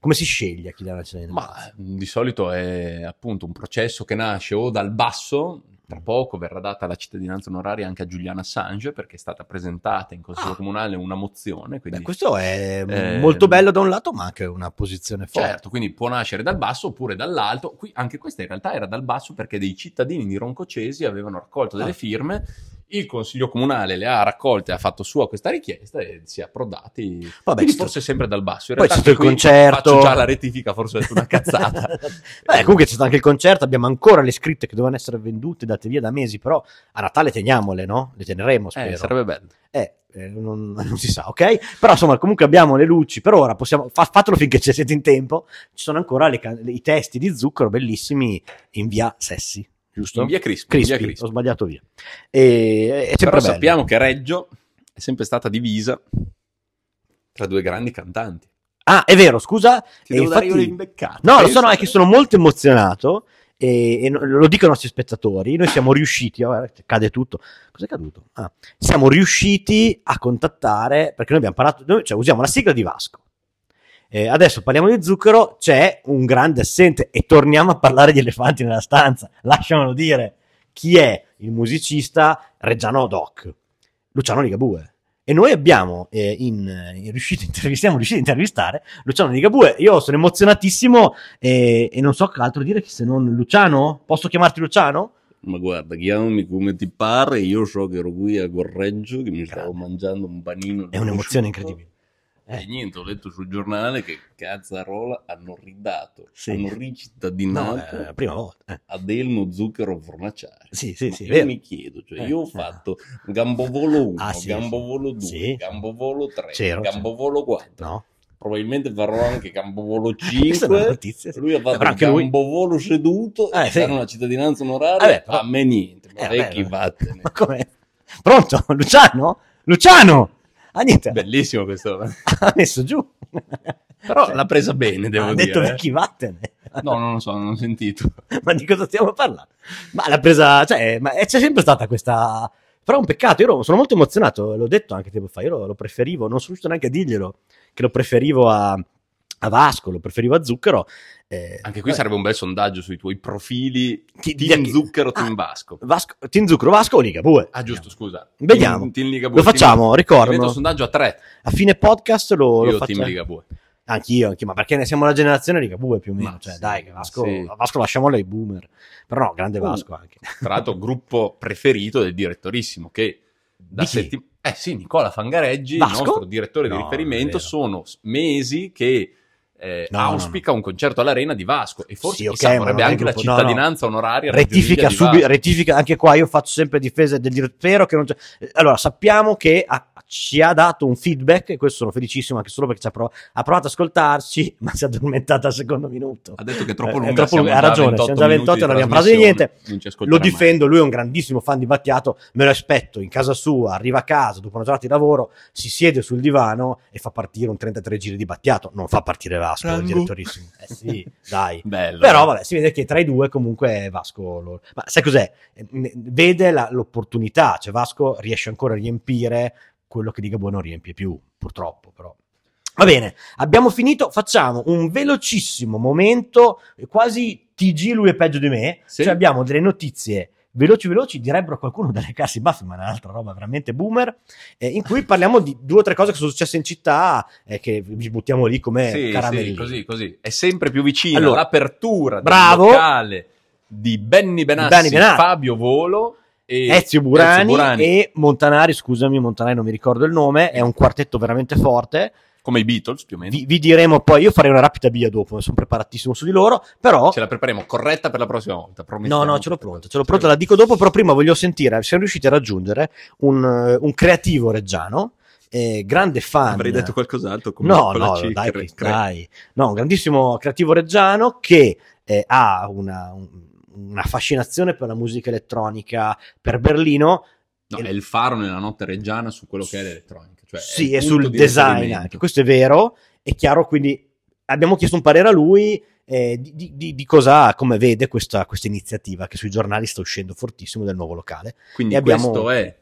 Come si sceglie a chi dà una cittadinanza?
Ma eh, di solito è appunto un processo che nasce o dal basso, tra
Mm.
poco verrà data la cittadinanza onoraria anche a Giuliana Assange, perché è stata presentata in Consiglio
Ah.
Comunale una mozione,
Beh,
quindi...
questo è
Eh,
molto bello da un lato, ma anche una posizione forte.
Certo, quindi può nascere dal basso oppure dall'alto. Qui, anche questa in realtà era dal basso perché dei cittadini di Roncocesi avevano raccolto delle
Ah.
firme, il Consiglio Comunale le ha raccolte, ha fatto sua questa richiesta e si è approdati.
Vabbè,
quindi
ci sta-
forse sempre dal basso. In
Poi c'è
realtà
stato il
qui
concerto.
Faccio già la rettifica, forse ho detto una cazzata. Eh,
Vabbè, Eh, comunque c'è stato anche il concerto, abbiamo ancora le scritte che dovevano essere vendute, date via da mesi, però a Natale teniamole, no? Le teneremo, spero.
Eh, sarebbe bello.
Eh, eh, non, non si sa, ok? Però insomma, comunque abbiamo le luci per ora. Possiamo, fa- fatelo finché ci siete in tempo. Ci sono ancora le can- le- i testi di zucchero bellissimi in via Sessi, giusto?
In via Crispi.
Crispi,
in via Crispi.
ho sbagliato via. E, è sempre
Però
bello.
sappiamo che Reggio è sempre stata divisa tra due grandi cantanti.
Ah, è vero, scusa.
Ti
E
devo dare
infatti-
io l'imbeccata.
No, lo
pensa.
sono, è che sono molto emozionato e, e no- lo dicono i nostri spettatori. Noi siamo riusciti, oh, guarda, cade tutto. Cos'è caduto? Ah, siamo riusciti a contattare perché noi abbiamo parlato, noi, cioè, usiamo la sigla di Vasco. Eh, adesso parliamo di zucchero, c'è un grande assente e torniamo a parlare di elefanti nella stanza. Lasciamelo dire. Chi è il musicista Reggiano Doc? Luciano Ligabue. E noi abbiamo eh, in, in- riuscito, a intervi- siamo riusciti a intervistare Luciano Ligabue. Io sono emozionatissimo e, e non so che altro dire che se non Luciano. Posso chiamarti Luciano?
Ma guarda, chiamami come ti pare, io so che ero qui a Correggio, che mi stavo mangiando un panino. di
È un'emozione
prosciutto,
incredibile. Eh.
E niente, ho letto sul giornale che Cazzarola hanno ridato,
Sì.
hanno
No,
ricittadinato
è la prima volta. eh.
ad Elmo Zucchero Fornaciari.
Sì, sì,
Ma
sì. è
io
vero.
mi chiedo, cioè
Eh,
io ho
eh.
fatto Gambovolo 1,
Ah, sì,
Gambovolo 2,
sì. Sì.
Gambovolo 3,
C'ero,
Gambovolo 4.
No.
Probabilmente farò anche Gambovolo
Questa è una
5.
notizia. sì.
Lui ha
Però
fatto
anche lui-
un bovolo seduto
Eh,
e
sì.
dare una cittadinanza onoraria.
Vabbè, però-
A me niente, ma
Eh,
lei
vabbè,
chi vattene.
Ma come? Pronto? Luciano? Luciano! Ah, niente.
Bellissimo questo.
Ha messo giù.
Però
Cioè,
l'ha presa bene, devo
ha
dire.
detto
eh.
chi vattene.
No, non lo so, non ho sentito.
ma di cosa stiamo parlando? Ma l'ha presa, cioè, ma è- c'è sempre stata questa. Però è un peccato, io ero- sono molto emozionato, l'ho detto anche tempo fa, io lo, lo preferivo, non sono riuscito neanche a dirglielo, che lo preferivo a, a Vasco, lo preferivo a Zucchero. eh,
Anche qui
vabbè.
sarebbe un bel sondaggio sui tuoi profili
Chi-
Team
chi-
Zucchero,
ah,
Team Vasco.
Vasco, Team Zucchero, Vasco o Ligabue?
Ah, giusto, scusa.
Vediamo.
Team, team Ligabue.
Lo facciamo,
Team... diventa un
ricordo.
sondaggio a tre.
A fine podcast lo, lo
Io
facciamo.
Team Ligabue.
Anch'io, anch'io, ma perché ne siamo la generazione Ligabue più o meno.
Ma
cioè,
sì,
dai, che
ma
Vasco,
sì. Uh,
a Vasco lasciamolo ai boomer. Però no, grande Vasco anche.
Tra l'altro gruppo preferito del direttorissimo che da
Di chi?
settimana... Eh sì, Nicola Fangareggi, il
Vasco?
nostro direttore di
No,
riferimento,
non è vero.
sono s- mesi che eh,
No,
auspica un concerto all'arena di Vasco e forse
Sì, ok,
chissà,
ma
vorrebbe
non è
anche la
gruppo- no, no.
cittadinanza onoraria.
rettifica
raggiungibile di
subito,
Vasco.
rettifica anche qua. Io faccio sempre difesa del direttore. Che non c'è... eh, Allora, sappiamo che ha- ci ha dato un feedback, e questo sono felicissimo anche solo perché ci ha, prov- ha provato ad ascoltarci, ma si è addormentata al secondo minuto.
Ha detto che è
Eh,
troppo
è
lunga,
troppo
siamo
lunga, ha
già a
ragione,
28
siamo già a 28,
minuti
non abbiamo
trasmissione,
parlato niente.
non ci ascolterà
Lo
mai.
difendo, lui è un grandissimo fan di Battiato, me lo aspetto in casa sua, arriva a casa dopo una giornata di lavoro, si siede sul divano e fa partire un 33 giri di Battiato, non fa partire Vasco, il direttorissimo. Eh sì, dai.
Bello.
Però vabbè, si vede che tra i due comunque Vasco. lo- Ma sai cos'è? Eh, ne- Vede la- l'opportunità, cioè Vasco riesce ancora a riempire quello che Ligabue non riempie più, purtroppo però. Va bene, abbiamo finito, facciamo un velocissimo momento, eh, quasi TG lui è peggio di me,
Sì.
cioè abbiamo delle notizie veloci veloci direbbero a qualcuno da lecarsi i baffi, ma è un'altra roba veramente boomer, eh, in cui parliamo di due o tre cose che sono successe in città e che vi buttiamo lì come
Sì,
caramelli.
sì, così, così. È sempre più vicina
Allora,
l'apertura
bravo.
del locale di Benny Benassi,
Benny Benassi.
Fabio Volo e
Ezio Burani,
Ezio Burani,
e Montanari, scusami, Montanari non mi ricordo il nome, è un quartetto veramente forte.
come i Beatles più o meno.
Vi, vi diremo poi, io farei una rapida via dopo, sono preparatissimo su di loro, però
Ce la prepariamo corretta per la prossima volta, promettiamo.
No, no, ce l'ho pronto, ce l'ho pronto, la dico dopo, però prima voglio sentire, siamo riusciti a raggiungere un, eh, un creativo reggiano, eh, grande fan.
Avrei detto qualcos'altro come
No,
con la
no,
C,
dai,
cre- cre-
dai. No, un grandissimo creativo reggiano che eh, ha una, un- una fascinazione per la musica elettronica, per Berlino,
No, è il faro nella notte reggiana su quello che è l'elettronica. Cioè
sì,
è
e
il
sul
punto di
design
riferimento.
anche. Questo è vero, è chiaro, quindi abbiamo chiesto un parere a lui eh, di, di- di- di cosa, come vede questa, questa iniziativa che sui giornali sta uscendo fortissimo del nuovo locale.
Quindi
E abbiamo-
questo è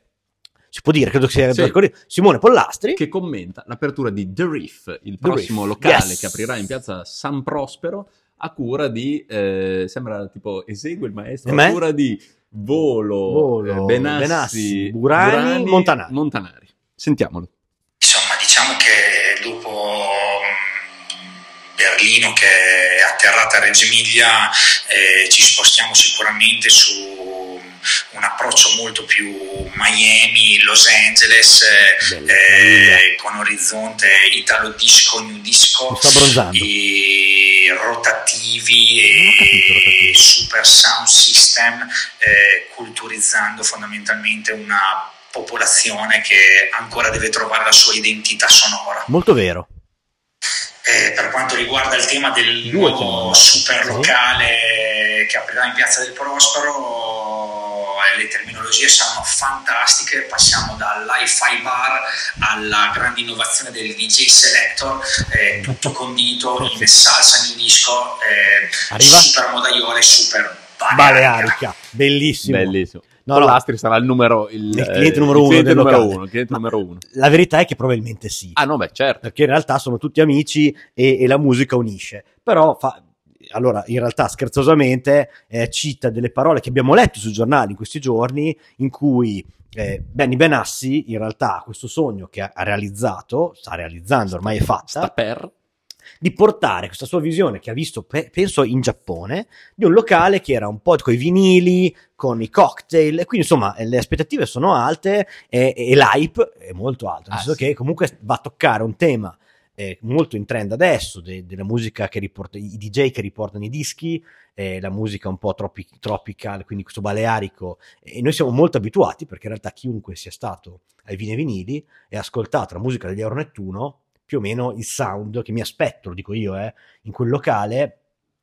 Si può dire, credo che sia
Sì.
mercoledì. Simone Pollastri.
che commenta l'apertura di The Reef, il
The
prossimo
Reef,
locale
yes.
che aprirà in piazza San Prospero a cura di, eh, sembra tipo esegue il maestro,
Eh,
a
ma-
cura di Volo,
Volo,
eh, Benassi,
Benassi, Burani, Montanari.
Montanari. Sentiamolo.
Insomma, diciamo che dopo mh, Berlino che è atterrata a Reggio Emilia eh, ci spostiamo sicuramente su un approccio molto più Miami, Los Angeles, eh, eh, con orizzonte italo disco, new disco
Mi sto abbronzando.
e rotativi
Non ho capito,
e
rotativi.
super sound system eh, culturizzando fondamentalmente una popolazione che ancora deve trovare la sua identità sonora.
Molto vero.
Eh, per quanto riguarda il tema del
Due
nuovo
temi.
super locale che aprirà in Piazza del Prospero, eh, le terminologie saranno fantastiche, passiamo dall'hi-fi bar alla grande innovazione del DJ selector, eh, tutto condito in salsa di disco, eh,
Arriva?
super modaiole, super balearica.
Balearica, bellissimo.
Bellissimo.
No, no,
Pollastri sarà il numero il,
Il
eh,
cliente numero
il
uno
cliente
del
numero
locale.
uno, il cliente
Ma-
numero uno.
la verità è che probabilmente sì.
Ah no, beh, certo.
perché in realtà sono tutti amici e, e la musica unisce. Però fa- allora, in realtà, scherzosamente, eh, cita delle parole che abbiamo letto sui giornali in questi giorni, in cui eh, Benny Benassi, in realtà, questo sogno che ha, ha realizzato, sta realizzando, ormai è
Sta
fatta,
per
di portare questa sua visione che ha visto, pe- penso, in Giappone, di un locale che era un po' con i vinili, con i cocktail, e quindi insomma eh, le aspettative sono alte e, e l'hype è molto alto, nel
Ah,
senso
sì.
che comunque va a toccare un tema eh, molto in trend adesso, de- della musica che riporta, i DJ che riportano i dischi, eh, la musica un po' tropi- tropical, quindi questo balearico, e noi siamo molto abituati perché in realtà chiunque sia stato ai Vini e Vinili e ha ascoltato la musica degli Euro Nettuno, più o meno il sound che mi aspetto, lo dico io, eh, in quel locale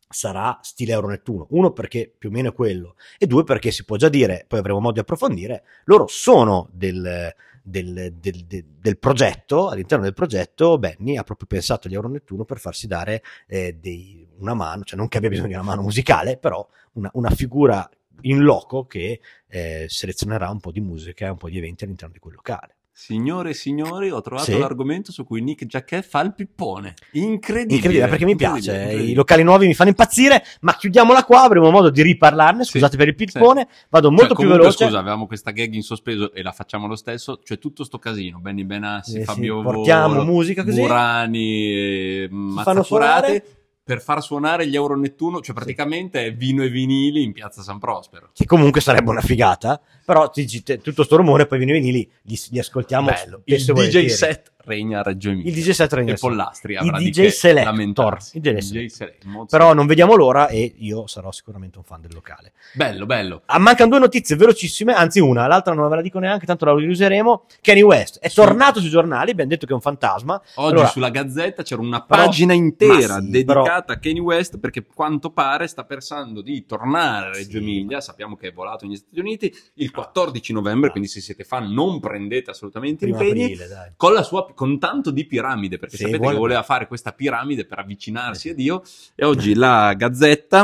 sarà stile Euro Nettuno. Uno perché più o meno è quello e due perché si può già dire, poi avremo modo di approfondire, loro sono del, del, del- del- del progetto, all'interno del progetto Benny ha proprio pensato agli Euro Nettuno per farsi dare eh, dei- una mano, cioè non che abbia bisogno di una mano musicale, però una, una figura in loco che eh, selezionerà un po' di musica e un po' di eventi all'interno di quel locale.
Signore e signori, ho trovato
Sì.
l'argomento su cui Nick Jacquet fa il pippone. Incredibile.
Incredibile, eh, perché mi piace,
incredibile,
i
incredibile.
locali nuovi mi fanno impazzire, ma chiudiamola qua, avremo modo di riparlarne,
Sì,
scusate per il pippone, vado
Cioè,
molto più
comunque,
veloce.
Scusa, avevamo questa gag in sospeso e la facciamo lo stesso. C'è tutto sto casino. Benny Benassi,
Eh sì,
Fabio
portiamo
Volo,
musica così.
Burani, eh,
suonare?
Mazzacurate per far suonare gli Euro Nettuno. Cioè, praticamente è vino e vinili in piazza San Prospero.
che comunque sarebbe una figata, però ti dici, te- tutto sto rumore poi vieni, vieni lì, li, li ascoltiamo.
Bello. Il
spesso e
DJ
volentieri.
set regna a Reggio Emilia.
Il DJ set regna
E
sempre.
Pollastri
Il
avrà di
DJ
che
selector.
lamentarsi.
Il DJ
selector, molto
Però non vediamo l'ora e io sarò sicuramente un fan del locale.
Bello, bello.
Ah, mancano due notizie velocissime, anzi una, l'altra non ve la dico neanche, tanto la useremo. Kanye West è tornato sui giornali, abbiamo detto che è un fantasma.
Oggi
Allora-
sulla Gazzetta c'era una
Però-
pagina intera
ma sì,
dedicata a Kanye West perché quanto pare sta pensando di tornare a Reggio
Sì.
Emilia, sappiamo che è volato negli Stati Uniti il 14 novembre,
Ah.
quindi se siete fan non prendete assolutamente
Primo
impegni.
aprile, dai.
Con, la sua, con tanto di piramide, perché
Sì,
sapete
vuole-
che voleva fare questa piramide per avvicinarsi
Eh.
a Dio, e oggi la Gazzetta,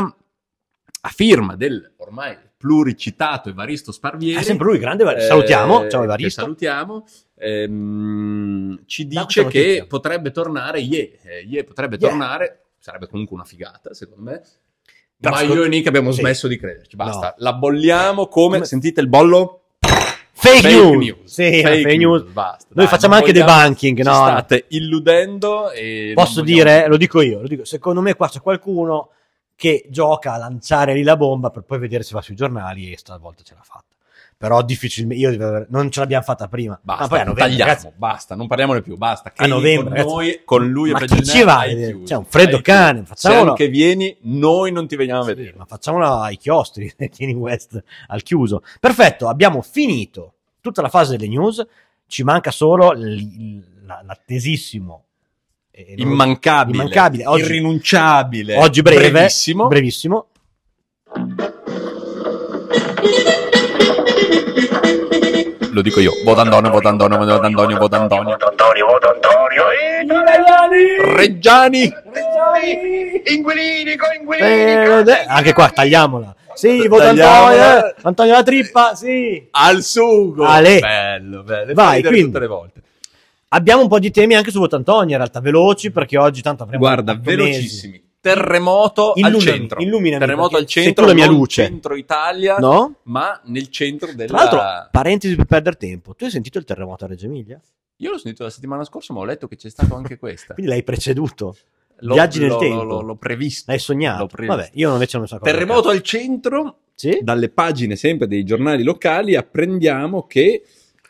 a firma del ormai pluricitato Evaristo Sparvieri,
È sempre lui, grande, Evaristo. salutiamo,
eh,
ciao
che
Evaristo.
salutiamo. ehm, ci
Da
dice
questa
che
notizia.
potrebbe tornare Ye. Eh, Ye potrebbe
Ye.
tornare, sarebbe comunque una figata, secondo me. Ma
ascol-
io e Nick abbiamo
Sì.
smesso di crederci. Basta.
No. Eh,
La bolliamo come...
Come-
Sentite il bollo?
Fake, news. Sì,
Fake
news.
Basta.
Noi
Dai,
facciamo
non
anche
vogliamo-
debunking,
Ci
no?
state illudendo e...
Posso
non vogliamo-
dire, lo dico io, lo dico, secondo me qua c'è qualcuno che gioca a lanciare lì la bomba per poi vedere se va sui giornali e stavolta ce l'ha fatta. Però difficilmente, io non ce l'abbiamo fatta prima.
Basta,
ma Ah, poi a novembre,
tagliamo,
ragazzi,
basta, non parliamone più, basta. Che
a novembre,
con
ragazzi.
noi, con lui
ma
e
chi ci
Pagellina
va? a
hai
vedere?
chiuso,
C'è un freddo
hai
cane,
chiuso. Se
facciamolo.
anche vieni, noi non ti veniamo a vedere.
Sì, ma facciamola ai chiostri, tieni West al chiuso. Perfetto, abbiamo finito tutta la fase delle news, ci manca solo l- la- l'attesissimo e non-
Immancabile,
immancabile, oggi-
irrinunciabile,
oggi breve,
brevissimo.
brevissimo.
Lo dico io, Vodandone, Vodandone, Vodandone, Vodandone.
Antonio, Antonio,
Reggiani!
Inguilini,
Eh, eh, anche qua tagliamola. Sì, voto
Tagliamola.
Antonio, eh, Antonio la trippa, sì.
Al sugo!
Ale.
Bello, bello.
Vai,
Fai ridere
quindi.
tutte le volte.
Abbiamo un po' di temi anche su voto Antonio, in realtà veloci perché oggi tanto avremo
Guarda,
otto mesi.
velocissimi. Terremoto al
Illuminami,
centro.
illuminami,
Terremoto al
perché sei
centro,
tu la mia
non
luce.
centro Italia,
No?
ma nel centro
Tra l'altro,
della...
parentesi per perdere tempo. Tu hai sentito il terremoto a Reggio Emilia?
Io l'ho sentito la settimana scorsa, ma ho letto che c'è stato anche questa.
Quindi l'hai preceduto,
L'ho-
viaggi nel
l'ho-
tempo.
L'ho, l'ho previsto.
l'hai sognato.
L'ho previsto.
Vabbè, io invece non so cosa.
Terremoto al centro,
Sì?
dalle pagine sempre dei giornali locali apprendiamo che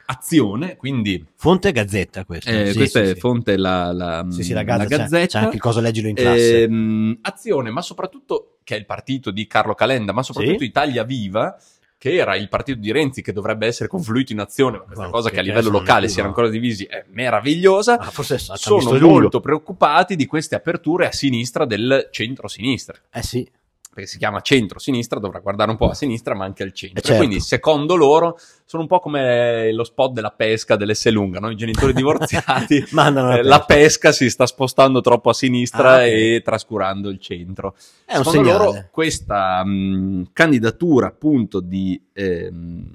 azione, quindi
Fonte Gazzetta questa.
eh,
Sì,
questa
sì,
è
sì.
fonte la, la,
Sì, sì,
la
la Gazzetta. c'è- C'è,
Gazzetta, Eh,
anche il coso leggilo in classe.
Ehm, azione, ma soprattutto che è il partito di Carlo Calenda, ma soprattutto
Sì.
Italia Viva, che era il partito di Renzi che dovrebbe essere confluito in azione, ma questa
Ma
cosa
che
che a livello
adesso non è
locale
più,
si era
no.
ancora divisi è meravigliosa.
Ah, forse ci ha visto
Sono
Giulio.
molto preoccupati di queste aperture a sinistra del centro-sinistra
Eh sì,
perché si chiama centro-sinistra, dovrà guardare un po' a sinistra ma anche al centro.
Eh, certo.
Quindi, secondo loro, sono un po' come lo spot della pesca dell'Esselunga, no? i genitori divorziati.
Mandano la
eh, la
pesca.
pesca si sta spostando troppo a sinistra
Ah, ok.
e trascurando il centro.
è un
secondo
segnale.
loro, questa mh, candidatura appunto di... ehm,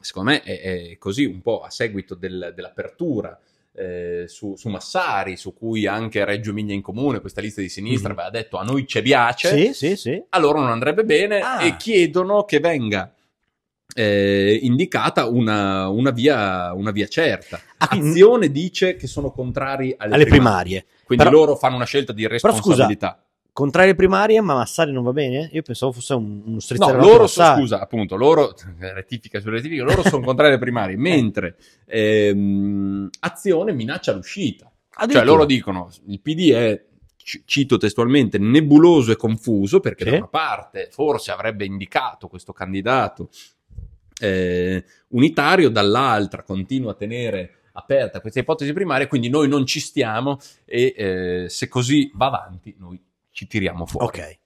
secondo me è, è così un po' a seguito del- dell'apertura. eh, su, su Massari, su cui anche Reggio Emilia in Comune, questa lista di sinistra,
Mhm.
aveva detto a noi ci
Sì,
piace,
sì, sì.
a loro non andrebbe bene
Ah.
e chiedono che venga eh, indicata una, una via, una via certa.
Ah, quindi-
Azione dice che sono contrari alle,
alle
primarie,
primarie.
quindi
Però-
loro fanno una scelta di
scusa,
responsabilità.
Contrarie primarie, ma Massari non va bene? Io pensavo fosse un, uno
No,
strizzare la
loro, so-
Massari.
scusa, appunto, loro, eh, rettifica su rettifica, loro sono contrari alle
Eh.
primarie, mentre ehm, Azione minaccia l'uscita. Cioè
Addirittura.
loro dicono, il PD è, ci- cito testualmente, nebuloso e confuso perché
Sì.
da una parte forse avrebbe indicato questo candidato eh, unitario, dall'altra continua a tenere aperta questa ipotesi primaria, quindi noi non ci stiamo e eh, se così va avanti noi ci tiriamo fuori.
Ok.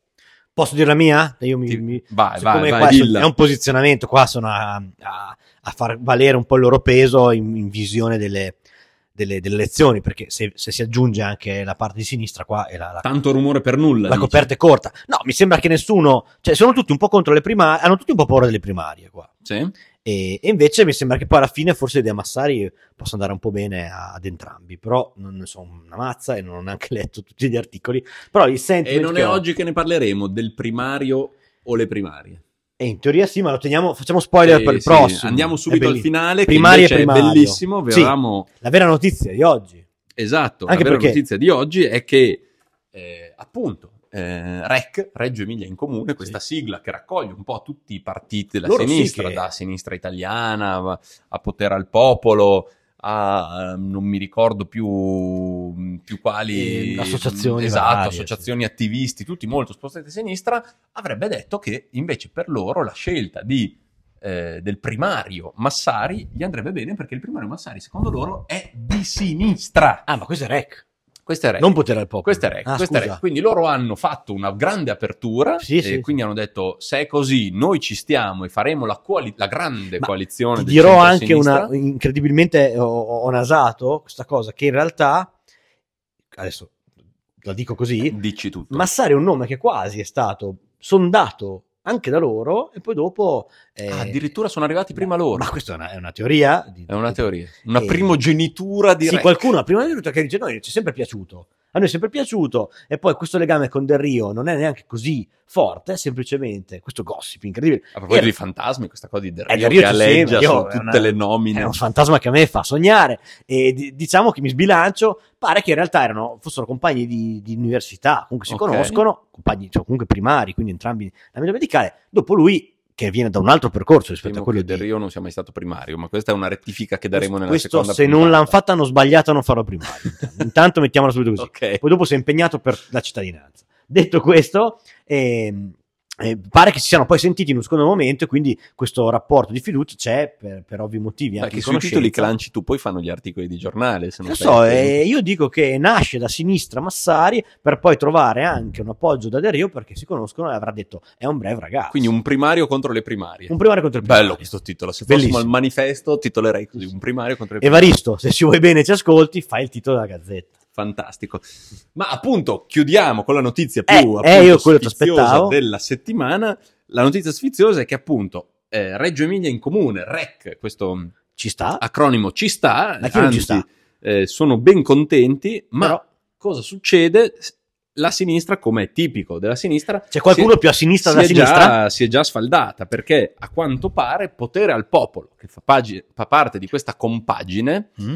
Posso dire la mia? Io mi,
Ti-
mi-
vai,
siccome
vai,
Cioè, qua
vai,
è-
dilla.
è un posizionamento, qua sono a, a- a far valere un po' il loro peso in, in visione delle, delle- delle elezioni, perché se, se si aggiunge anche la parte di sinistra qua è la, la-
Tanto rumore per nulla.
la
dici.
coperta è corta. No, mi sembra che nessuno, cioè sono tutti un po' contro le primarie, hanno tutti un po' paura delle primarie qua.
Sì.
E, e invece mi sembra che poi alla fine forse De Massari possa andare un po' bene a- ad entrambi, però non ne so una mazza e non ho neanche letto tutti gli articoli, però il
E
sentiment
non
che
è
ho-
oggi che ne parleremo del primario o le primarie.
e in teoria sì, ma lo teniamo, facciamo spoiler
Eh,
per il
sì,
prossimo.
Andiamo
È
subito al
bellissimo.
finale,
Primarie e
che invece è
primario.
bellissimo. Vi
Sì.
avevamo-
La vera notizia di oggi.
Esatto,
Anche
la vera
perché-
notizia di oggi è che eh, appunto eh, REC, Reggio Emilia in Comune, questa sigla che raccoglie un po' tutti i partiti della
Loro sì
sinistra,
che-
da sinistra italiana a- a potere al popolo, a eh, non mi ricordo più, più quali mm,
Eh, associazioni
esatto,
varie,
associazioni attivisti, tutti molto spostati a sinistra, avrebbe detto che invece per loro la scelta di eh, del primario Massari gli andrebbe bene perché il primario Massari, secondo loro, è di sinistra.
Ah, ma questo è rec.
Questo è Rec.
Non potere al popolo.
Questo è Rec,
Ah,
questo è
scusa.
Rec. Quindi loro hanno fatto una grande apertura
Sì,
e
sì, sì.
quindi hanno detto se è così noi ci stiamo e faremo la, quali- la grande
Ma
coalizione.
Ti
del
dirò anche
centro-sinistra".
una incredibilmente ho, ho nasato questa cosa che in realtà adesso la dico così,
Dici tutto.
Massari è un nome che quasi è stato sondato anche da loro e poi dopo eh,
Ah, addirittura sono arrivati prima loro.
Ma questa è una, è una teoria. di-
È una teoria. Una
Eh,
prima primogenitura di
Sì,
Rec.
qualcuno a prima di tutto che dice: No, ci è sempre piaciuto. a noi è sempre piaciuto e poi questo legame con Del Rio non è neanche così forte, è semplicemente questo gossip incredibile.
A proposito
Era-
di fantasmi, questa cosa di Del
Eh,
Rio,
Del Rio
che
ci
alleggia
sembra,
su
io- è
tutte
una-
le nomine.
È un fantasma che a me fa sognare e di- diciamo che mi sbilancio, pare che in realtà erano, fossero compagni di, di università, comunque si
Ok.
conoscono, compagni cioè, comunque primari, quindi entrambi nell'ambito medicale, dopo lui che viene Cioè, da un altro percorso rispetto
Temo
a quello
che
di
Del Rio non sia mai stato primario, ma questa è una rettifica che daremo nella
questo
seconda
se non
puntata.
l'hanno fatta hanno sbagliato a non farlo primario. Intanto mettiamola subito così.
Ok.
Poi dopo si è impegnato per la cittadinanza. Detto questo, ehm, eh, pare che si siano poi sentiti in un secondo momento e quindi questo rapporto di fiducia c'è per, per ovvi motivi anche
Perché
di
sui titoli che
conoscenza.
lanci tu poi fanno gli articoli di giornale. Se non
Lo
sei
so,
attento.
eh, io dico che nasce da sinistra Massari per poi trovare anche un appoggio da Derio perché si conoscono e avrà detto è un breve ragazzo.
Quindi un primario contro le primarie.
un primario contro il primario.
Bello questo titolo. Se
Bellissimo.
fossimo al manifesto, titolerei così: Un primario contro le primarie.
Evaristo, se ci vuoi bene e ci ascolti, fai il titolo della gazzetta.
Fantastico. Ma appunto, chiudiamo con la notizia più
Eh,
appunto,
eh, io quello ti
sfiziosa
aspettavo.
della settimana. La notizia sfiziosa è che appunto eh, Reggio Emilia in comune, REC, questo
Ci sta?
acronimo ci sta,
Ma chi non ci
anzi,
sta?
eh, sono ben contenti, ma
Però-
cosa succede? La sinistra, come è tipico della sinistra,
C'è qualcuno
si-
più a sinistra
si
della
è
sinistra?
Già, si è già sfaldata perché a quanto pare potere al popolo, che fa, pagi- fa parte di questa compagine,
Mm.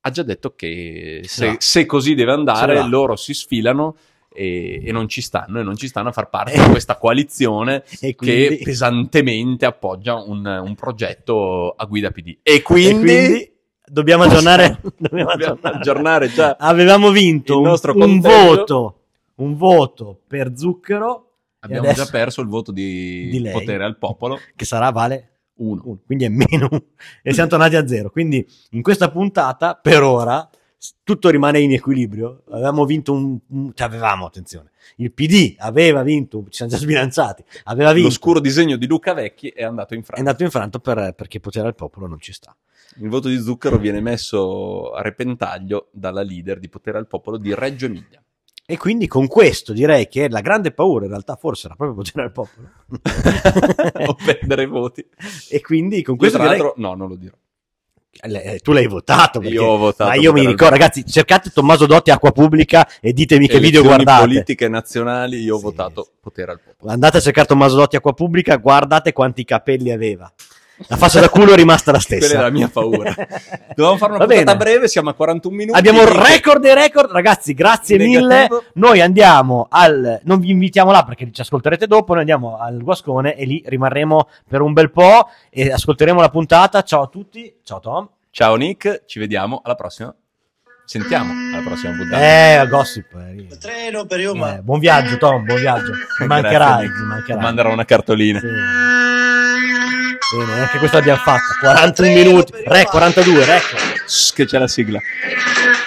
ha già detto che se,
va.
se così deve
Se
andare,
ne va.
loro si sfilano e, e non ci stanno, e non ci stanno a far parte di questa coalizione
E
che
quindi-
pesantemente appoggia un, un progetto a guida PD. E quindi,
E quindi dobbiamo aggiornare, dobbiamo
Dobbiamo
aggiornare.
aggiornare già
avevamo vinto
il
un,
nostro
un
conteggio.
voto un voto per Zucchero
abbiamo
adesso-
già perso il voto di,
Di lei.
potere al popolo.
che sarà vale
Uno.
uno, quindi è meno uno. e siamo tornati a zero quindi in questa puntata per ora s- tutto rimane in equilibrio avevamo vinto un, un- cioè avevamo attenzione il PD aveva vinto ci siamo già sbilanciati aveva vinto
L'oscuro disegno di Luca Vecchi è andato in
è
Francia.
andato infranto per- perché potere al popolo non ci sta
Il voto di Zucchero viene messo a repentaglio dalla leader di Potere al Popolo di Reggio Emilia.
E quindi con questo direi che la grande paura in realtà forse era proprio potere al popolo.
Offendere i voti.
E quindi con
Io,
questo
tra
direi...
l'altro, no, non lo dirò.
Eh, Tu l'hai votato perché...
Io ho votato.
Ma io mi
Potere al
ricordo, ragazzi, cercate Tommaso Dotti Acqua Pubblica e ditemi che
Elezioni
video guardate.
politiche nazionali, io ho
Sì,
votato
sì.
Potere al Popolo.
Andate a cercare Tommaso Dotti Acqua Pubblica, guardate quanti capelli aveva. La faccia da culo è rimasta la stessa.
Quella è la mia paura. Dovevamo fare una
Va bene.
puntata breve, siamo a 41 minuti.
Abbiamo un
Dico-
record dei record, ragazzi, grazie mille.
Negativo.
Noi andiamo al. Non vi invitiamo là perché ci ascolterete dopo. Noi andiamo al Guascone e lì rimarremo per un bel po' e ascolteremo la puntata. Ciao a tutti. Ciao Tom.
Ciao Nick, ci vediamo alla prossima. Sentiamo alla prossima puntata.
Eh, gossip. eh.
Il treno per Yuma.
Eh, buon viaggio, Tom. Buon viaggio. Ti mancherà.
Grazie, Nick.
ti mancherà.
Manderò una cartolina.
Sì. Bene, anche questa l'abbiamo fatta. 41 minuti. Re, 42, record.
Shh, Che c'è la sigla.
Thank you.